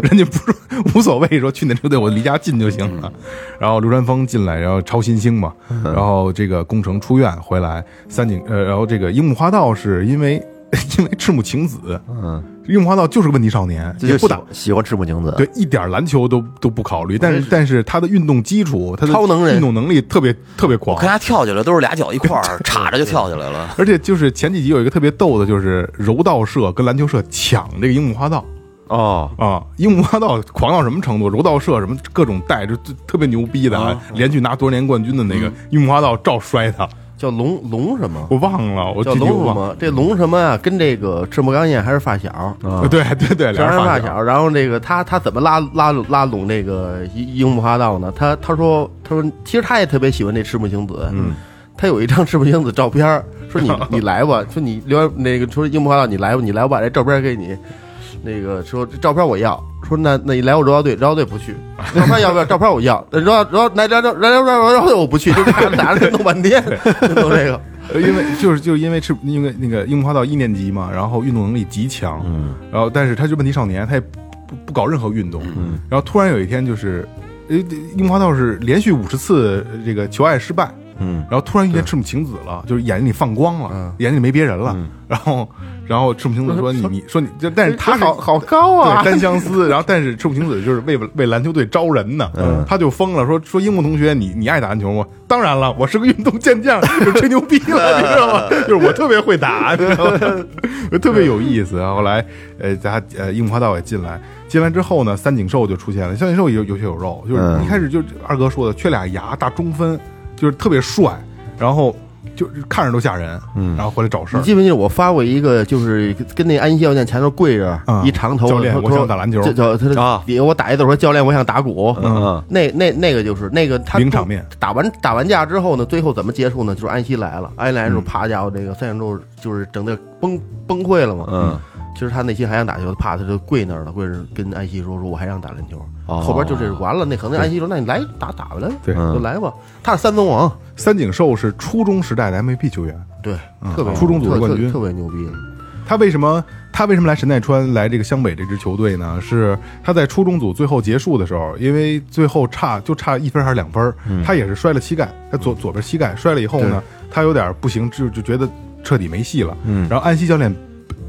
[SPEAKER 6] 人家不是无所谓，说去哪支球队我离家近就行了。
[SPEAKER 7] 嗯
[SPEAKER 6] 然后流川枫进来，然后超新星嘛，然后这个宫城出院回来，三井呃，然后这个樱木花道是因为 因为赤木晴子，
[SPEAKER 7] 嗯，
[SPEAKER 6] 樱木花道就是个问题少年，
[SPEAKER 7] 这
[SPEAKER 6] 也
[SPEAKER 7] 就
[SPEAKER 6] 不
[SPEAKER 7] 喜
[SPEAKER 6] 打
[SPEAKER 7] 欢。喜欢赤木晴子，
[SPEAKER 6] 对，一点篮球都都不考虑，但是但是他的运动基础，他的
[SPEAKER 2] 超能人
[SPEAKER 6] 运动能力特别特别狂
[SPEAKER 1] 我看。他跳起来都是俩脚一块 儿，插着就跳起来了。
[SPEAKER 6] 而且就是前几集有一个特别逗的，就是柔道社跟篮球社抢这个樱木花道
[SPEAKER 7] 哦，
[SPEAKER 6] 啊，樱木花道狂到什么程度？柔道社什么各种带，就就特别牛逼的，啊、
[SPEAKER 2] 嗯
[SPEAKER 6] 连续拿多少年冠军的那个樱木花道照摔他，
[SPEAKER 2] 叫龙龙什么？
[SPEAKER 6] 我忘了，我
[SPEAKER 2] 叫
[SPEAKER 6] 具体
[SPEAKER 2] 龙
[SPEAKER 6] 我
[SPEAKER 2] 什
[SPEAKER 6] 忘了。
[SPEAKER 2] 么？这龙什么啊？跟这个赤木刚宪还是发小，
[SPEAKER 6] 对对对，
[SPEAKER 2] 全
[SPEAKER 6] 哎俩
[SPEAKER 2] 是
[SPEAKER 6] 人
[SPEAKER 2] 发
[SPEAKER 6] 小，
[SPEAKER 2] 小，然后这个他他怎么拉拉拉拢这个樱樱木花道呢？他他说他说其实他也特别喜欢这赤木晴子，嗯，他有一张赤木晴子照 片儿，说你你来吧，说你刘那个说樱木花道你来吧，你来我把这照片给你，那个说这照片我要，说那那你来我柔道队，柔道队不去，照片要不要？照片我要，那柔道柔道来来来来来柔道队我不去，就俩人俩人弄半 天，就弄这个，
[SPEAKER 6] 呃因为就是就是因为是因为那个樱木花道一年级嘛，然后运动能力极强，嗯，然后但是他是问题少年，他也不不不搞任何运动，嗯，然后突然有一天就是，呃，樱木花道是连续五十次呃这个求爱失败，
[SPEAKER 7] 嗯，
[SPEAKER 6] 然后突然遇见赤木晴子了，就是眼睛里放光了，眼睛里没别人了，然后然后赤木晴子说你你说你，就但是他是
[SPEAKER 2] 嗯好好高啊
[SPEAKER 6] 对，，单相思。 然后，但是赤木晴子就是为为篮球队招人呢，他就疯了，说说樱木同学，你你爱打篮球吗？当然了，我是个运动健将， 就吹牛逼了，你知道吗？ 就是我特别会打，你知道吗？ 特别有意思。后来，呃，他呃樱木花道也进来，进来之后呢，三井寿就出现了。三井寿有有血有肉，就是
[SPEAKER 7] 嗯
[SPEAKER 6] 一开始就是二哥说的，缺俩牙，大中分，就是特别帅，然后就是看着都吓人，然后回来找事
[SPEAKER 2] 嗯你
[SPEAKER 6] 儿。
[SPEAKER 2] 记不记得我发过一个，就是跟那安西教练前头跪着，
[SPEAKER 6] 嗯
[SPEAKER 2] 一长头
[SPEAKER 6] 教练
[SPEAKER 2] 他
[SPEAKER 6] 我想打篮球
[SPEAKER 2] 这叫他
[SPEAKER 7] 啊
[SPEAKER 2] 底下我打一字说教练我想打鼓，
[SPEAKER 7] 嗯，
[SPEAKER 2] 那那那个就是那个他
[SPEAKER 6] 零场面
[SPEAKER 2] 打完打完架之后呢，最后怎么结束呢？就是安西来了，安西来的时
[SPEAKER 6] 嗯
[SPEAKER 2] 候，啪家伙这个三井寿就是整个崩崩溃了嘛，
[SPEAKER 7] 嗯，
[SPEAKER 2] 其实他内心还想打球，怕他就跪那儿了，跪着跟安西说说我还想打篮球，
[SPEAKER 7] 哦
[SPEAKER 2] 后边就是完了，那可能安西说那你来打打吧来吧，
[SPEAKER 6] 对嗯
[SPEAKER 2] 就来吧，他是三分王，
[SPEAKER 6] 三井寿是初中时代的 MVP 球员。
[SPEAKER 2] 对，特别
[SPEAKER 6] 嗯初中组的
[SPEAKER 2] 特
[SPEAKER 6] 冠军
[SPEAKER 2] 特特别牛逼。
[SPEAKER 6] 他为什么他为什么来神奈川来这个湘北这支球队呢？是他在初中组最后结束的时候，因为最后差就差一分还是两分儿，
[SPEAKER 2] 嗯
[SPEAKER 6] 他也是摔了膝盖，他左左边膝盖摔了以后呢，他有点不行，就就觉得彻底没戏了。嗯，然后安西教练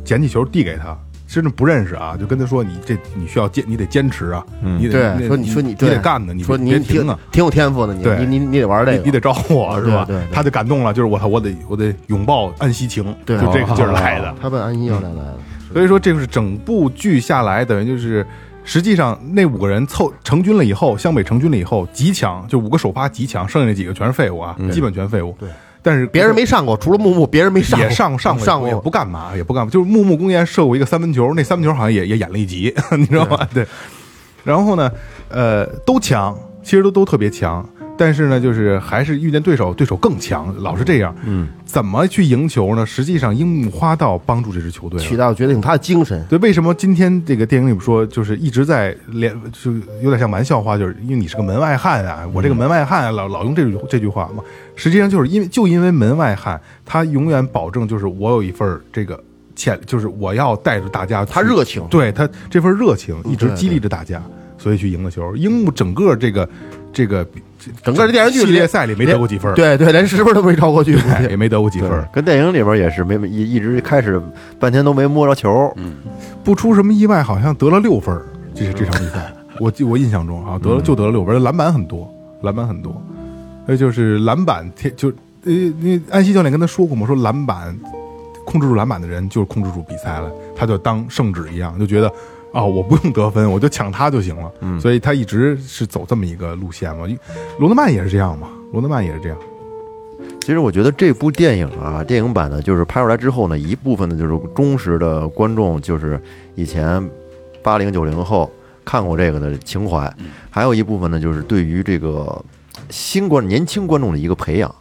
[SPEAKER 6] 捡起球递给他。真的不认识啊，就跟他说：“你这你需要坚，你得坚持啊，你得
[SPEAKER 2] 嗯对，
[SPEAKER 6] 你
[SPEAKER 2] 说
[SPEAKER 6] 你
[SPEAKER 2] 你说
[SPEAKER 6] 你
[SPEAKER 2] 你
[SPEAKER 6] 得
[SPEAKER 2] 对
[SPEAKER 6] 干的，你
[SPEAKER 2] 说
[SPEAKER 6] 别
[SPEAKER 2] 你
[SPEAKER 6] 停啊
[SPEAKER 2] 挺，挺有天赋的，你
[SPEAKER 6] 对
[SPEAKER 2] 你你你得玩这
[SPEAKER 6] 你你
[SPEAKER 2] 个，
[SPEAKER 6] 得招呼我是吧
[SPEAKER 2] 对对？对
[SPEAKER 6] 他就感动了，就是我操，我得我得拥抱安西情，
[SPEAKER 2] 对，
[SPEAKER 6] 就这个劲儿来的
[SPEAKER 2] 哦。他奔安西要来来的，
[SPEAKER 6] 所以说，这个是整部剧下来，等于就是实际上那五个人凑成军了以后，湘北成军了以后，极强，就五个首发极强，剩下那几个全是废物啊，基本全废物。对，但是
[SPEAKER 2] 别人没上过，除了木木，别人没上过，
[SPEAKER 6] 也上上过一
[SPEAKER 2] 上
[SPEAKER 6] 回也
[SPEAKER 2] 过
[SPEAKER 6] 不，干嘛，也不干嘛，就是木木公园射过一个三分球，那三分球好像也也演了一集， 你知道吗？对。然后呢，呃，都强，其实都都特别强，但是呢，就是还是遇见对手，对手更强，老是这样。嗯，怎么去赢球呢？实际上，樱木花道帮助这支球队了
[SPEAKER 2] 取到决定他的精神，
[SPEAKER 6] 对，为什么今天这个电影里面说，就是一直在连，就有点像玩笑话，就是因为你是个门外汉啊，
[SPEAKER 2] 嗯
[SPEAKER 6] 我这个门外汉、老老用这句这句话嘛。实际上就是因为就因为门外汉，他永远保证就是我有一份儿这个潜，就是我要带着大家去，
[SPEAKER 2] 他热情嗯
[SPEAKER 6] 对他这份热情一直
[SPEAKER 2] 对
[SPEAKER 6] 激励着大家，所以去赢了球。樱木整个这个这个
[SPEAKER 2] 整个这电视剧
[SPEAKER 6] 系
[SPEAKER 2] 里
[SPEAKER 6] 列赛里没得过几分儿，
[SPEAKER 2] 对对，连十分都没超过去，
[SPEAKER 6] 哎，也没得过几分儿。
[SPEAKER 7] 跟电影里边也是没没一一直开始半天都没摸着球，
[SPEAKER 6] 不出什么意外，好像得了六分儿，这是这场比 赛，我记我印象中啊，
[SPEAKER 7] 嗯
[SPEAKER 6] 得了就得了六分儿，篮板很多，篮板很多，那就是篮板天就呃，那安西教练跟他说过嘛，说篮板控制住篮板的人就是控制住比赛了，他就当圣旨一样，就觉得。啊、我不用得分，我就抢他就行了。
[SPEAKER 7] 嗯
[SPEAKER 6] 所以他一直是走这么一个路线嘛。罗德曼也是这样嘛，罗德曼也是这样。
[SPEAKER 7] 其实我觉得这部电影啊，电影版呢，就是拍出来之后呢，一部分呢就是忠实的观众，就是以前八零九零后看过这个的情怀，还有一部分呢，就是对于这个新观年轻观众的一个培养。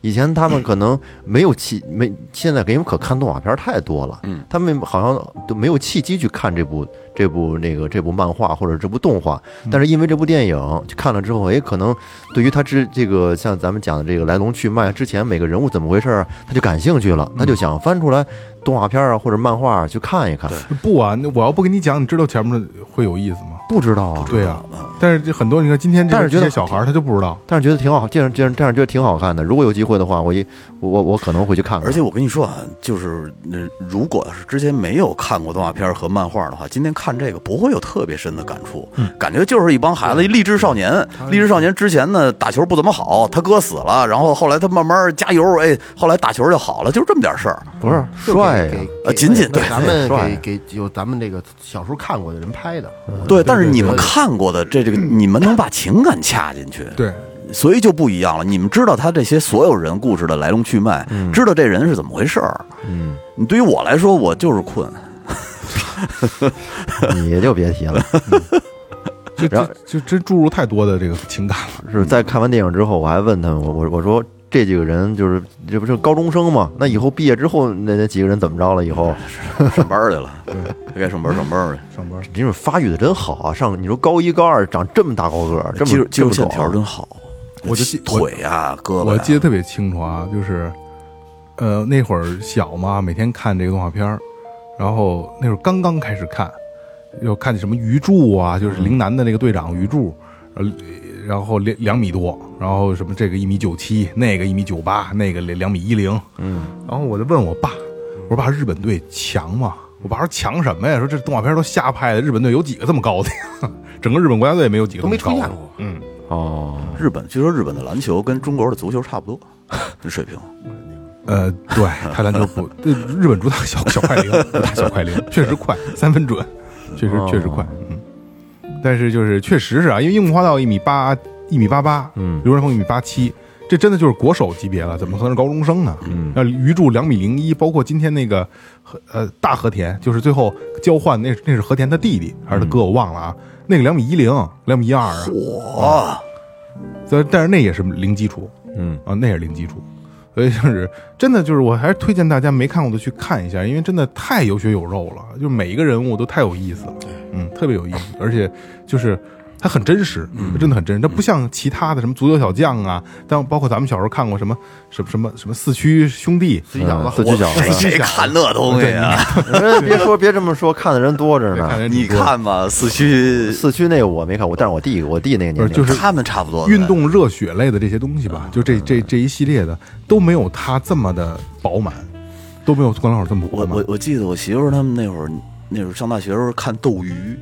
[SPEAKER 7] 以前他们可能没有契没，现在给你们可看动画片太多了，
[SPEAKER 1] 嗯，
[SPEAKER 7] 他们好像都没有契机去看这部这部那个这部漫画或者这部动画，
[SPEAKER 2] 嗯
[SPEAKER 7] 但是因为这部电影去看了之后，哎，可能对于他之这个像咱们讲的这个来龙去脉，之前每个人物怎么回事儿，他就感兴趣了，
[SPEAKER 2] 嗯
[SPEAKER 7] 他就想翻出来动画片啊或者漫画啊去看一看。
[SPEAKER 6] 不啊，那我要不跟你讲，你知道前面会有意思吗？
[SPEAKER 7] 不知道啊，
[SPEAKER 6] 对啊，但是这很多你看今天这
[SPEAKER 7] 但是觉
[SPEAKER 6] 这
[SPEAKER 7] 得
[SPEAKER 6] 些小孩儿他就不知道。
[SPEAKER 7] 但是觉得挺好，这样这样这样觉得挺好看的。如果有机会的话，我一我我我可能会去看看。
[SPEAKER 1] 而且我跟你说啊，就是呃如果是之前没有看过动画片儿和漫画的话，今天看这个不会有特别深的感触，感觉就是一帮孩子，一励志少年。励志少年之前呢，打球不怎么好，他哥死了，然后后来他慢慢加油，哎，后来打球就好了，就是这么点事儿。
[SPEAKER 7] 不是
[SPEAKER 2] 就
[SPEAKER 7] 帅
[SPEAKER 2] 给
[SPEAKER 7] 呀、
[SPEAKER 2] 给
[SPEAKER 1] 啊仅仅
[SPEAKER 2] 那
[SPEAKER 1] 对
[SPEAKER 2] 咱
[SPEAKER 7] 帅啊嗯
[SPEAKER 2] 们给给有咱们这个小时候看过的人拍的，
[SPEAKER 1] 对，但是你们看过的 这这个，你们能把情感掐进去，
[SPEAKER 6] 对，
[SPEAKER 1] 所以就不一样了。你们知道他这些所有人故事的来龙去脉，知道这人是怎么回事儿。嗯，你对于我来说，我就是 困。
[SPEAKER 7] 你就别提了。
[SPEAKER 6] 就
[SPEAKER 7] 然
[SPEAKER 6] 就
[SPEAKER 7] 后
[SPEAKER 6] 就真注入太多的这个情感了。
[SPEAKER 7] 是在看完电影之后，我还问他们，我我我说这几个人就是这不是高中生嘛？那以后毕业之后，那那几个人怎么着了？以后
[SPEAKER 1] 上班儿去了，该上班儿上班儿去。
[SPEAKER 6] 上班
[SPEAKER 7] 你说发育的真好啊！上你说高一高二长这么大高个儿，这
[SPEAKER 1] 肌肉
[SPEAKER 7] 么
[SPEAKER 1] 肌
[SPEAKER 7] 这
[SPEAKER 1] 肉
[SPEAKER 7] 么
[SPEAKER 1] 线
[SPEAKER 7] 壮
[SPEAKER 1] 条真好，
[SPEAKER 6] 啊我就记我
[SPEAKER 1] 腿呀、胳膊、
[SPEAKER 6] 我记得，特别清楚啊，就是，呃，那会儿小嘛，每天看这个动画片儿，然后那会儿刚刚开始看，又看见什么鱼柱啊，就是陵南的那个队长鱼柱，呃，然后两两米多，然后什么这个一米九七，那个一米九八，那个两米一零，嗯，然后我就问我爸，我说爸，日本队强吗？我爸说强什么呀？说这动画片都瞎拍的，日本队有几个这么高的呀？ 整个日本国家队没有几个
[SPEAKER 2] 都没出现
[SPEAKER 6] 过。
[SPEAKER 2] 过。
[SPEAKER 6] 嗯，
[SPEAKER 7] 哦，
[SPEAKER 1] 日本据说日本的篮球跟中国的足球差不多，这水 平。
[SPEAKER 6] 呃，对，泰篮球不，对呃日本主打小小快灵，主打小快灵，确实快，三分准，确实
[SPEAKER 7] 哦
[SPEAKER 6] 确实快，嗯。但是就是确实是啊，因为樱木花道一米八一米八八，
[SPEAKER 7] 嗯
[SPEAKER 6] 刘仁峰一米八七，这真的就是国手级别了，怎么可能是高中生呢？
[SPEAKER 7] 嗯，
[SPEAKER 6] 那鱼柱两米零一，包括今天那个和呃大和田，就是最后交换那那是和田他弟弟还是他
[SPEAKER 7] 嗯
[SPEAKER 6] 哥，我忘了啊，那个两米一零，两米一二啊，
[SPEAKER 1] 哇，
[SPEAKER 6] 所以但是那也是零基础，
[SPEAKER 7] 嗯
[SPEAKER 6] 啊，那也是零基础，所以就是真的就是我还是推荐大家没看过的去看一下，因为真的太有血有肉了，就是每一个人物都太有意思了，嗯，特别有意思，而且就是它很真实，它真的很真实。
[SPEAKER 1] 嗯
[SPEAKER 6] 它不像其他的什么足球小将啊，但包括咱们小时候看过什么什么什么什么四驱兄弟，
[SPEAKER 2] 自己想吧
[SPEAKER 7] 自己小
[SPEAKER 1] 谁
[SPEAKER 7] 子，
[SPEAKER 1] 谁看那东西啊？
[SPEAKER 7] 哎别说别这么说，看的人多着
[SPEAKER 6] 看
[SPEAKER 7] 呢。
[SPEAKER 6] 人
[SPEAKER 1] 你看吧，四驱
[SPEAKER 7] 四驱那个我没看过，但是我弟我弟那个
[SPEAKER 6] 不
[SPEAKER 7] 年
[SPEAKER 6] 是
[SPEAKER 7] 龄
[SPEAKER 6] 就是
[SPEAKER 1] 他们差不多
[SPEAKER 6] 运动热血类的这些东西吧，就
[SPEAKER 1] 嗯
[SPEAKER 6] 这这这一系列的都没有它这么的饱满，都没有关老师这么饱
[SPEAKER 1] 我我
[SPEAKER 6] 满。
[SPEAKER 1] 我记得我媳妇儿他们那会儿，那会儿上大学时候看斗鱼，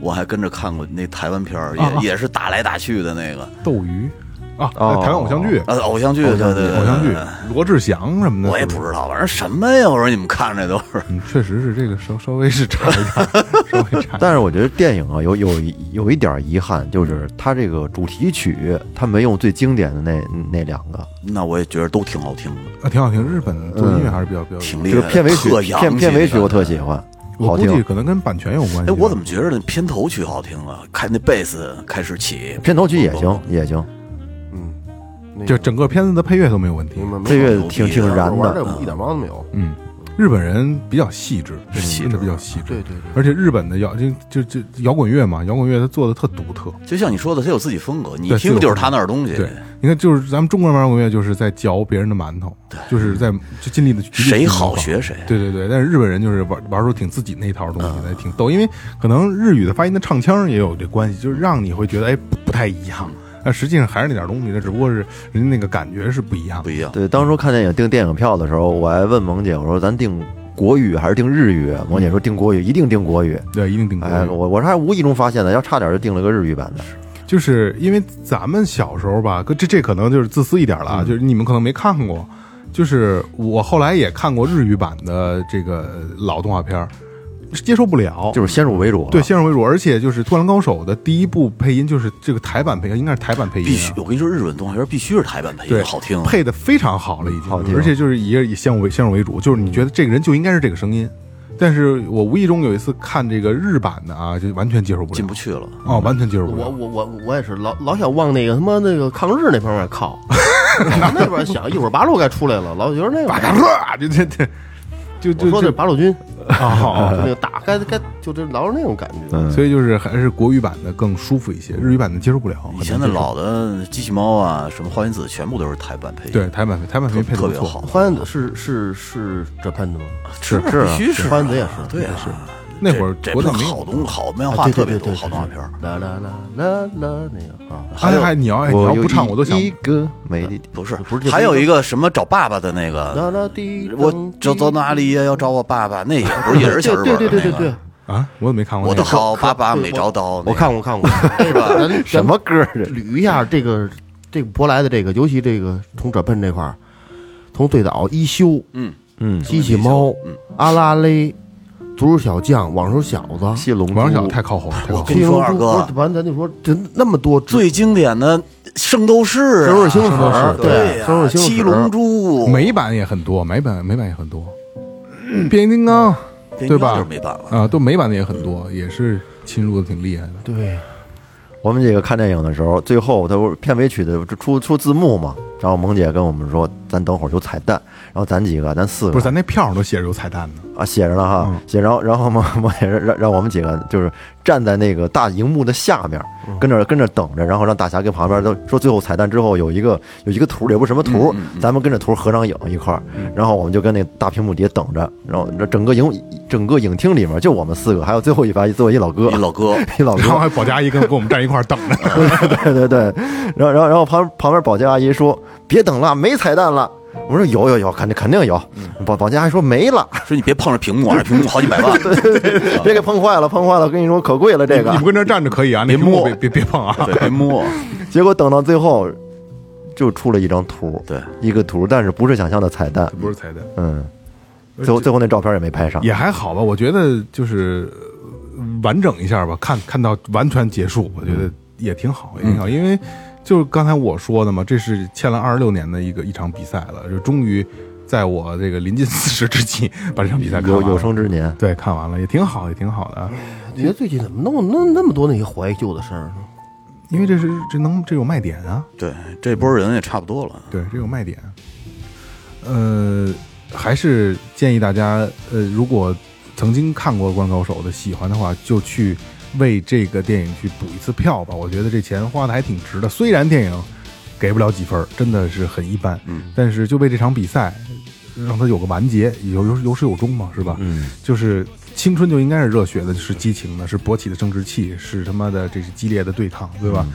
[SPEAKER 1] 我还跟着看过那台湾片儿，也、
[SPEAKER 6] 啊啊
[SPEAKER 1] 也是打来打去的那个，
[SPEAKER 6] 斗鱼啊，
[SPEAKER 7] 哦
[SPEAKER 6] 台湾偶像剧，
[SPEAKER 1] 呃，偶像剧，对对对，
[SPEAKER 6] 偶像剧
[SPEAKER 1] 对对，
[SPEAKER 6] 罗志祥什么的，
[SPEAKER 1] 我也不知道，反正什么呀？我说你们看这都是，
[SPEAKER 6] 嗯，确实是这个稍稍微是差一点儿，稍微差一点儿。
[SPEAKER 7] 但是我觉得电影啊，有有有一点遗憾，就是它这个主题曲，它没用最经典的那那两个，
[SPEAKER 1] 那我也觉得都挺好听的，
[SPEAKER 6] 啊，挺好听。日本做音乐还是比较比较
[SPEAKER 1] 挺
[SPEAKER 7] 这
[SPEAKER 1] 厉害
[SPEAKER 7] 个
[SPEAKER 1] 的。
[SPEAKER 7] 片尾曲
[SPEAKER 1] 特洋气
[SPEAKER 7] 片片尾曲
[SPEAKER 1] 的
[SPEAKER 7] 我特喜。欢，
[SPEAKER 6] 我
[SPEAKER 7] 好
[SPEAKER 6] 估计
[SPEAKER 7] 听。
[SPEAKER 6] 可能跟版权有关系。
[SPEAKER 1] 哎，我怎么觉得那片头曲好听啊？开那贝斯开始起，
[SPEAKER 7] 片头曲也行，也行，
[SPEAKER 2] 嗯，那
[SPEAKER 6] 就
[SPEAKER 2] 个
[SPEAKER 6] 整个片子的配乐都没有问题
[SPEAKER 1] 嗯
[SPEAKER 2] 明？白没
[SPEAKER 7] 这
[SPEAKER 2] 有
[SPEAKER 7] 乐挺挺
[SPEAKER 2] 玩
[SPEAKER 7] 燃
[SPEAKER 2] 儿玩
[SPEAKER 7] 的。
[SPEAKER 2] 这个一点毛都没有。
[SPEAKER 6] 嗯，日本人比较细致，
[SPEAKER 1] 嗯细
[SPEAKER 6] 真的
[SPEAKER 1] 致
[SPEAKER 6] 比较细致。
[SPEAKER 2] 对对对，
[SPEAKER 6] 而且日本的摇就就就摇滚乐嘛，摇滚乐它做的特独特。
[SPEAKER 1] 就像你说的，他有自己风格，你
[SPEAKER 6] 对
[SPEAKER 1] 听就是他
[SPEAKER 6] 自己
[SPEAKER 1] 那儿东西。
[SPEAKER 6] 对，你看，就是咱们中国人玩摇滚乐，就是在嚼别人的馒头，就是在就尽力的去
[SPEAKER 1] 谁好学谁
[SPEAKER 6] 对对对，但是日本人就是玩玩出挺自己那一套东西来，挺逗。因为可能日语的发音的唱腔也有这关系，就是让你会觉得哎不不太一样，但实际上还是那点东西，那只不过是人家那个感觉是不一样
[SPEAKER 1] 不
[SPEAKER 6] 的。
[SPEAKER 1] 一样。
[SPEAKER 7] 对，当初看电影订电影票的时候，我还问萌姐，我说咱订国语还是订日语？萌姐说订国语，一定订国语。
[SPEAKER 6] 对，一定顶规。
[SPEAKER 7] 哎，
[SPEAKER 1] 嗯
[SPEAKER 7] 我我是还无意中发现的，要差点就订了个日语版的。
[SPEAKER 6] 就是因为咱们小时候吧，可这这可能就是自私一点了啊，就是你们可能没看过，就是我后来也看过日语版的这个老动画片儿，接受不了，
[SPEAKER 7] 就是先入为主了。
[SPEAKER 6] 对，先入为主，而且就是《灌篮高手》的第一部配音就是这个台版配音，应该是台版配音、啊，
[SPEAKER 1] 必须，我跟你说，日本动画片必须是台版配
[SPEAKER 6] 对，
[SPEAKER 1] 音，好听啊。
[SPEAKER 6] 配的非常好了，已经，
[SPEAKER 7] 好听
[SPEAKER 6] 而且就是也以先入为先入为主，
[SPEAKER 1] 嗯
[SPEAKER 6] 就是你觉得这个人就应该是这个声音，但是我无意中有一次看这个日版的啊，就完全接受不
[SPEAKER 1] 进
[SPEAKER 6] 了
[SPEAKER 1] 不，去了。
[SPEAKER 6] 哦，完全接受不
[SPEAKER 2] 我
[SPEAKER 6] 了，
[SPEAKER 2] 我我我也是老老想往那个他妈那个抗日那方面靠， 往那边想一会儿八路该出来了，老觉得那
[SPEAKER 6] 巴
[SPEAKER 2] 个。
[SPEAKER 6] 嘎勒，啊就这这，就
[SPEAKER 2] 我
[SPEAKER 6] 就
[SPEAKER 2] 说
[SPEAKER 6] 就
[SPEAKER 2] 这八路军，
[SPEAKER 6] 哦
[SPEAKER 2] 就那个打该该就这老是那种感觉。
[SPEAKER 7] 嗯，
[SPEAKER 6] 所以就是还是国语版的更舒服一些，日语版的接受不了。很难
[SPEAKER 1] 以前的
[SPEAKER 6] 接受
[SPEAKER 1] 老的机器猫啊，什么花园子，全部都是台版配音，
[SPEAKER 6] 对台版台版
[SPEAKER 1] 特，
[SPEAKER 6] 配音配的
[SPEAKER 1] 特
[SPEAKER 6] 不
[SPEAKER 1] 别
[SPEAKER 6] 错，
[SPEAKER 1] 好，
[SPEAKER 2] 花园子是是是这喷的吗？
[SPEAKER 1] 是
[SPEAKER 7] 是啊
[SPEAKER 1] 必须是，
[SPEAKER 2] 花园子也是
[SPEAKER 1] 对啊，
[SPEAKER 6] 那会儿
[SPEAKER 1] 这
[SPEAKER 6] 国内
[SPEAKER 1] 这
[SPEAKER 6] 没有
[SPEAKER 1] 好东好漫
[SPEAKER 2] 啊
[SPEAKER 1] 画
[SPEAKER 2] 对
[SPEAKER 1] 特
[SPEAKER 2] 对
[SPEAKER 1] 别
[SPEAKER 2] 对
[SPEAKER 1] 多，
[SPEAKER 2] 对，
[SPEAKER 1] 好动画片儿。
[SPEAKER 2] 啦啦啦啦啦那个啊，
[SPEAKER 6] 哎哎，你要哎你
[SPEAKER 7] 我
[SPEAKER 6] 要
[SPEAKER 7] 有
[SPEAKER 6] 不唱我都想
[SPEAKER 7] 一个美丽的。
[SPEAKER 1] 不是，
[SPEAKER 2] 不是这
[SPEAKER 1] 还有一个什么找爸爸的那个，
[SPEAKER 2] 啦啦滴，
[SPEAKER 1] 我走到哪里也要找我爸爸，那也不是也是小日本
[SPEAKER 2] 嗯对
[SPEAKER 1] 儿
[SPEAKER 2] 对
[SPEAKER 1] 的
[SPEAKER 2] 对对
[SPEAKER 1] 那
[SPEAKER 2] 对对
[SPEAKER 1] 个。，
[SPEAKER 6] 啊，我怎么没看过
[SPEAKER 1] 我
[SPEAKER 6] 那
[SPEAKER 1] 的
[SPEAKER 6] 个？
[SPEAKER 1] 好爸爸没找到，
[SPEAKER 2] 我看过看过，是吧？咱
[SPEAKER 7] 什么歌儿这？
[SPEAKER 2] 捋一下这个这个舶来的这个，尤其这个从转喷这块儿，从最早一休、
[SPEAKER 1] 嗯，
[SPEAKER 7] 嗯，
[SPEAKER 2] 机器猫、
[SPEAKER 1] 嗯
[SPEAKER 2] 阿拉蕾、足球小将、网球小子、
[SPEAKER 7] 西龙珠
[SPEAKER 6] 王小太靠后了，太靠后了。
[SPEAKER 1] 跟你说二哥
[SPEAKER 2] 不是完咱就说这那么多
[SPEAKER 1] 最经典的《圣斗士》啊，
[SPEAKER 2] 神手星
[SPEAKER 6] 圣斗
[SPEAKER 2] 矢
[SPEAKER 6] 士
[SPEAKER 1] 对呀
[SPEAKER 2] 神手星矢
[SPEAKER 1] 七龙珠，
[SPEAKER 6] 美版也很多，美版美版也很多， 变形金刚对吧
[SPEAKER 1] 就是美版了。
[SPEAKER 6] 啊，都美版的也很多，也是侵入的挺厉害的。
[SPEAKER 2] 对，
[SPEAKER 7] 我们几个看电影的时候，最后他不是片尾曲的出出字幕嘛？然后萌姐跟我们说，咱等会儿有彩蛋。然后咱几个，咱四个，
[SPEAKER 6] 不是，咱那票上都写着有彩蛋呢。
[SPEAKER 7] 啊，写着呢哈，
[SPEAKER 6] 嗯
[SPEAKER 7] 写着。然后然后萌萌姐让让我们几个就是站在那个大荧幕的下面，跟着跟着等着，然后让大侠跟旁边都说最后彩蛋之后有一个有一个图，也不是什么图，
[SPEAKER 1] 嗯
[SPEAKER 7] 咱们跟着图合张影一块儿。然后我们就跟那大屏幕底下等着，然后这整个影整个影厅里面就我们四个，还有最后一排最后一老哥
[SPEAKER 1] 一，老哥，
[SPEAKER 7] 一老
[SPEAKER 6] 然
[SPEAKER 7] 哥
[SPEAKER 6] 后，还保加一跟 跟我们站一块儿等着，
[SPEAKER 7] 对对对，然后然后然后旁旁边保洁阿姨说：“别等了，没彩蛋了。”我说：“有有有，肯定肯定有。
[SPEAKER 1] 嗯
[SPEAKER 7] 保保洁阿姨说：“没了，
[SPEAKER 1] 说你别碰着屏幕啊，屏幕好几百 万。
[SPEAKER 7] 别给碰坏了，碰坏了，跟你说可贵了这个
[SPEAKER 6] 啊你。们跟这儿站着可以啊，那
[SPEAKER 1] 别
[SPEAKER 6] 屏幕
[SPEAKER 1] 摸
[SPEAKER 6] 别别别碰啊。
[SPEAKER 1] 对，别摸。”
[SPEAKER 7] 结果等到最后，就出了一张图，
[SPEAKER 1] 对，
[SPEAKER 7] 一个图，但是不是想象的彩蛋，
[SPEAKER 6] 不是彩蛋，
[SPEAKER 7] 嗯，最后最后那照片也没拍上。
[SPEAKER 6] 也还好吧，我觉得就是呃完整一下吧，看看到完全结束，我觉得也挺好，也挺
[SPEAKER 7] 嗯
[SPEAKER 6] 好，因为就是刚才我说的嘛，这是欠了二十六年的一个一场比赛了，就终于在我这个临近四十之际把这场比赛看
[SPEAKER 7] 有
[SPEAKER 6] 完了
[SPEAKER 7] 有生之年，
[SPEAKER 6] 对看完了，也挺好，也挺好的啊，
[SPEAKER 2] 你觉得最近怎么弄弄那么多那些怀旧的事儿呢？
[SPEAKER 6] 因为这是这能这有卖点啊，
[SPEAKER 1] 对，这波人也差不多了。
[SPEAKER 6] 对，这有卖点。呃，还是建议大家，呃，如果曾经看过《灌篮高手》的喜欢的话，就去为这个电影去补一次票吧。我觉得这钱花的还挺值的，虽然电影给不了几分儿，真的是很一般，
[SPEAKER 1] 嗯
[SPEAKER 6] 但是就为这场比赛让它有个完结，有有有始有终嘛，是吧？
[SPEAKER 7] 嗯，
[SPEAKER 6] 就是青春就应该是热血的，是激情的，是勃起的生殖器，是他妈的这是激烈的对抗，对吧？
[SPEAKER 7] 嗯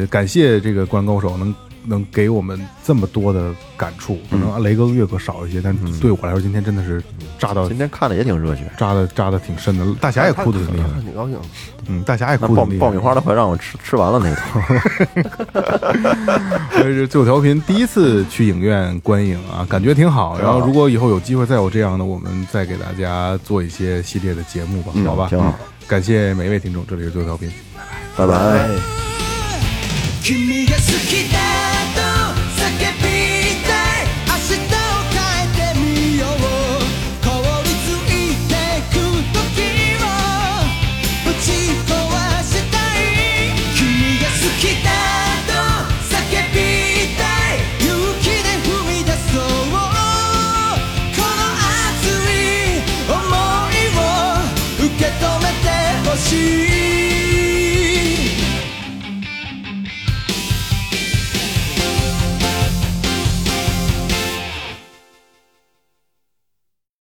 [SPEAKER 6] 呃，感谢这个《灌篮高手》能能给我们这么多的感触，可
[SPEAKER 7] 嗯
[SPEAKER 6] 能雷哥、岳哥少一些，但是对我来说今天真的是炸到
[SPEAKER 7] 今天看的也挺热血。
[SPEAKER 6] 扎的扎的挺深的，大侠也哭的挺厉害，
[SPEAKER 2] 挺高兴。
[SPEAKER 6] 嗯，大侠也
[SPEAKER 7] 那
[SPEAKER 6] 哭的
[SPEAKER 7] 爆
[SPEAKER 6] 挺厉害。
[SPEAKER 7] 爆米花都快让我吃吃完了那头，
[SPEAKER 6] 这是最后调频第一次去影院观影啊，感觉挺好。然后如果以后有机会再有这样的，我们再给大家做一些系列的节目吧，好吧？嗯
[SPEAKER 7] 挺好。
[SPEAKER 6] 感谢每一位听哎众，这里是最后调频。
[SPEAKER 7] 拜拜。
[SPEAKER 5] 君が好きだ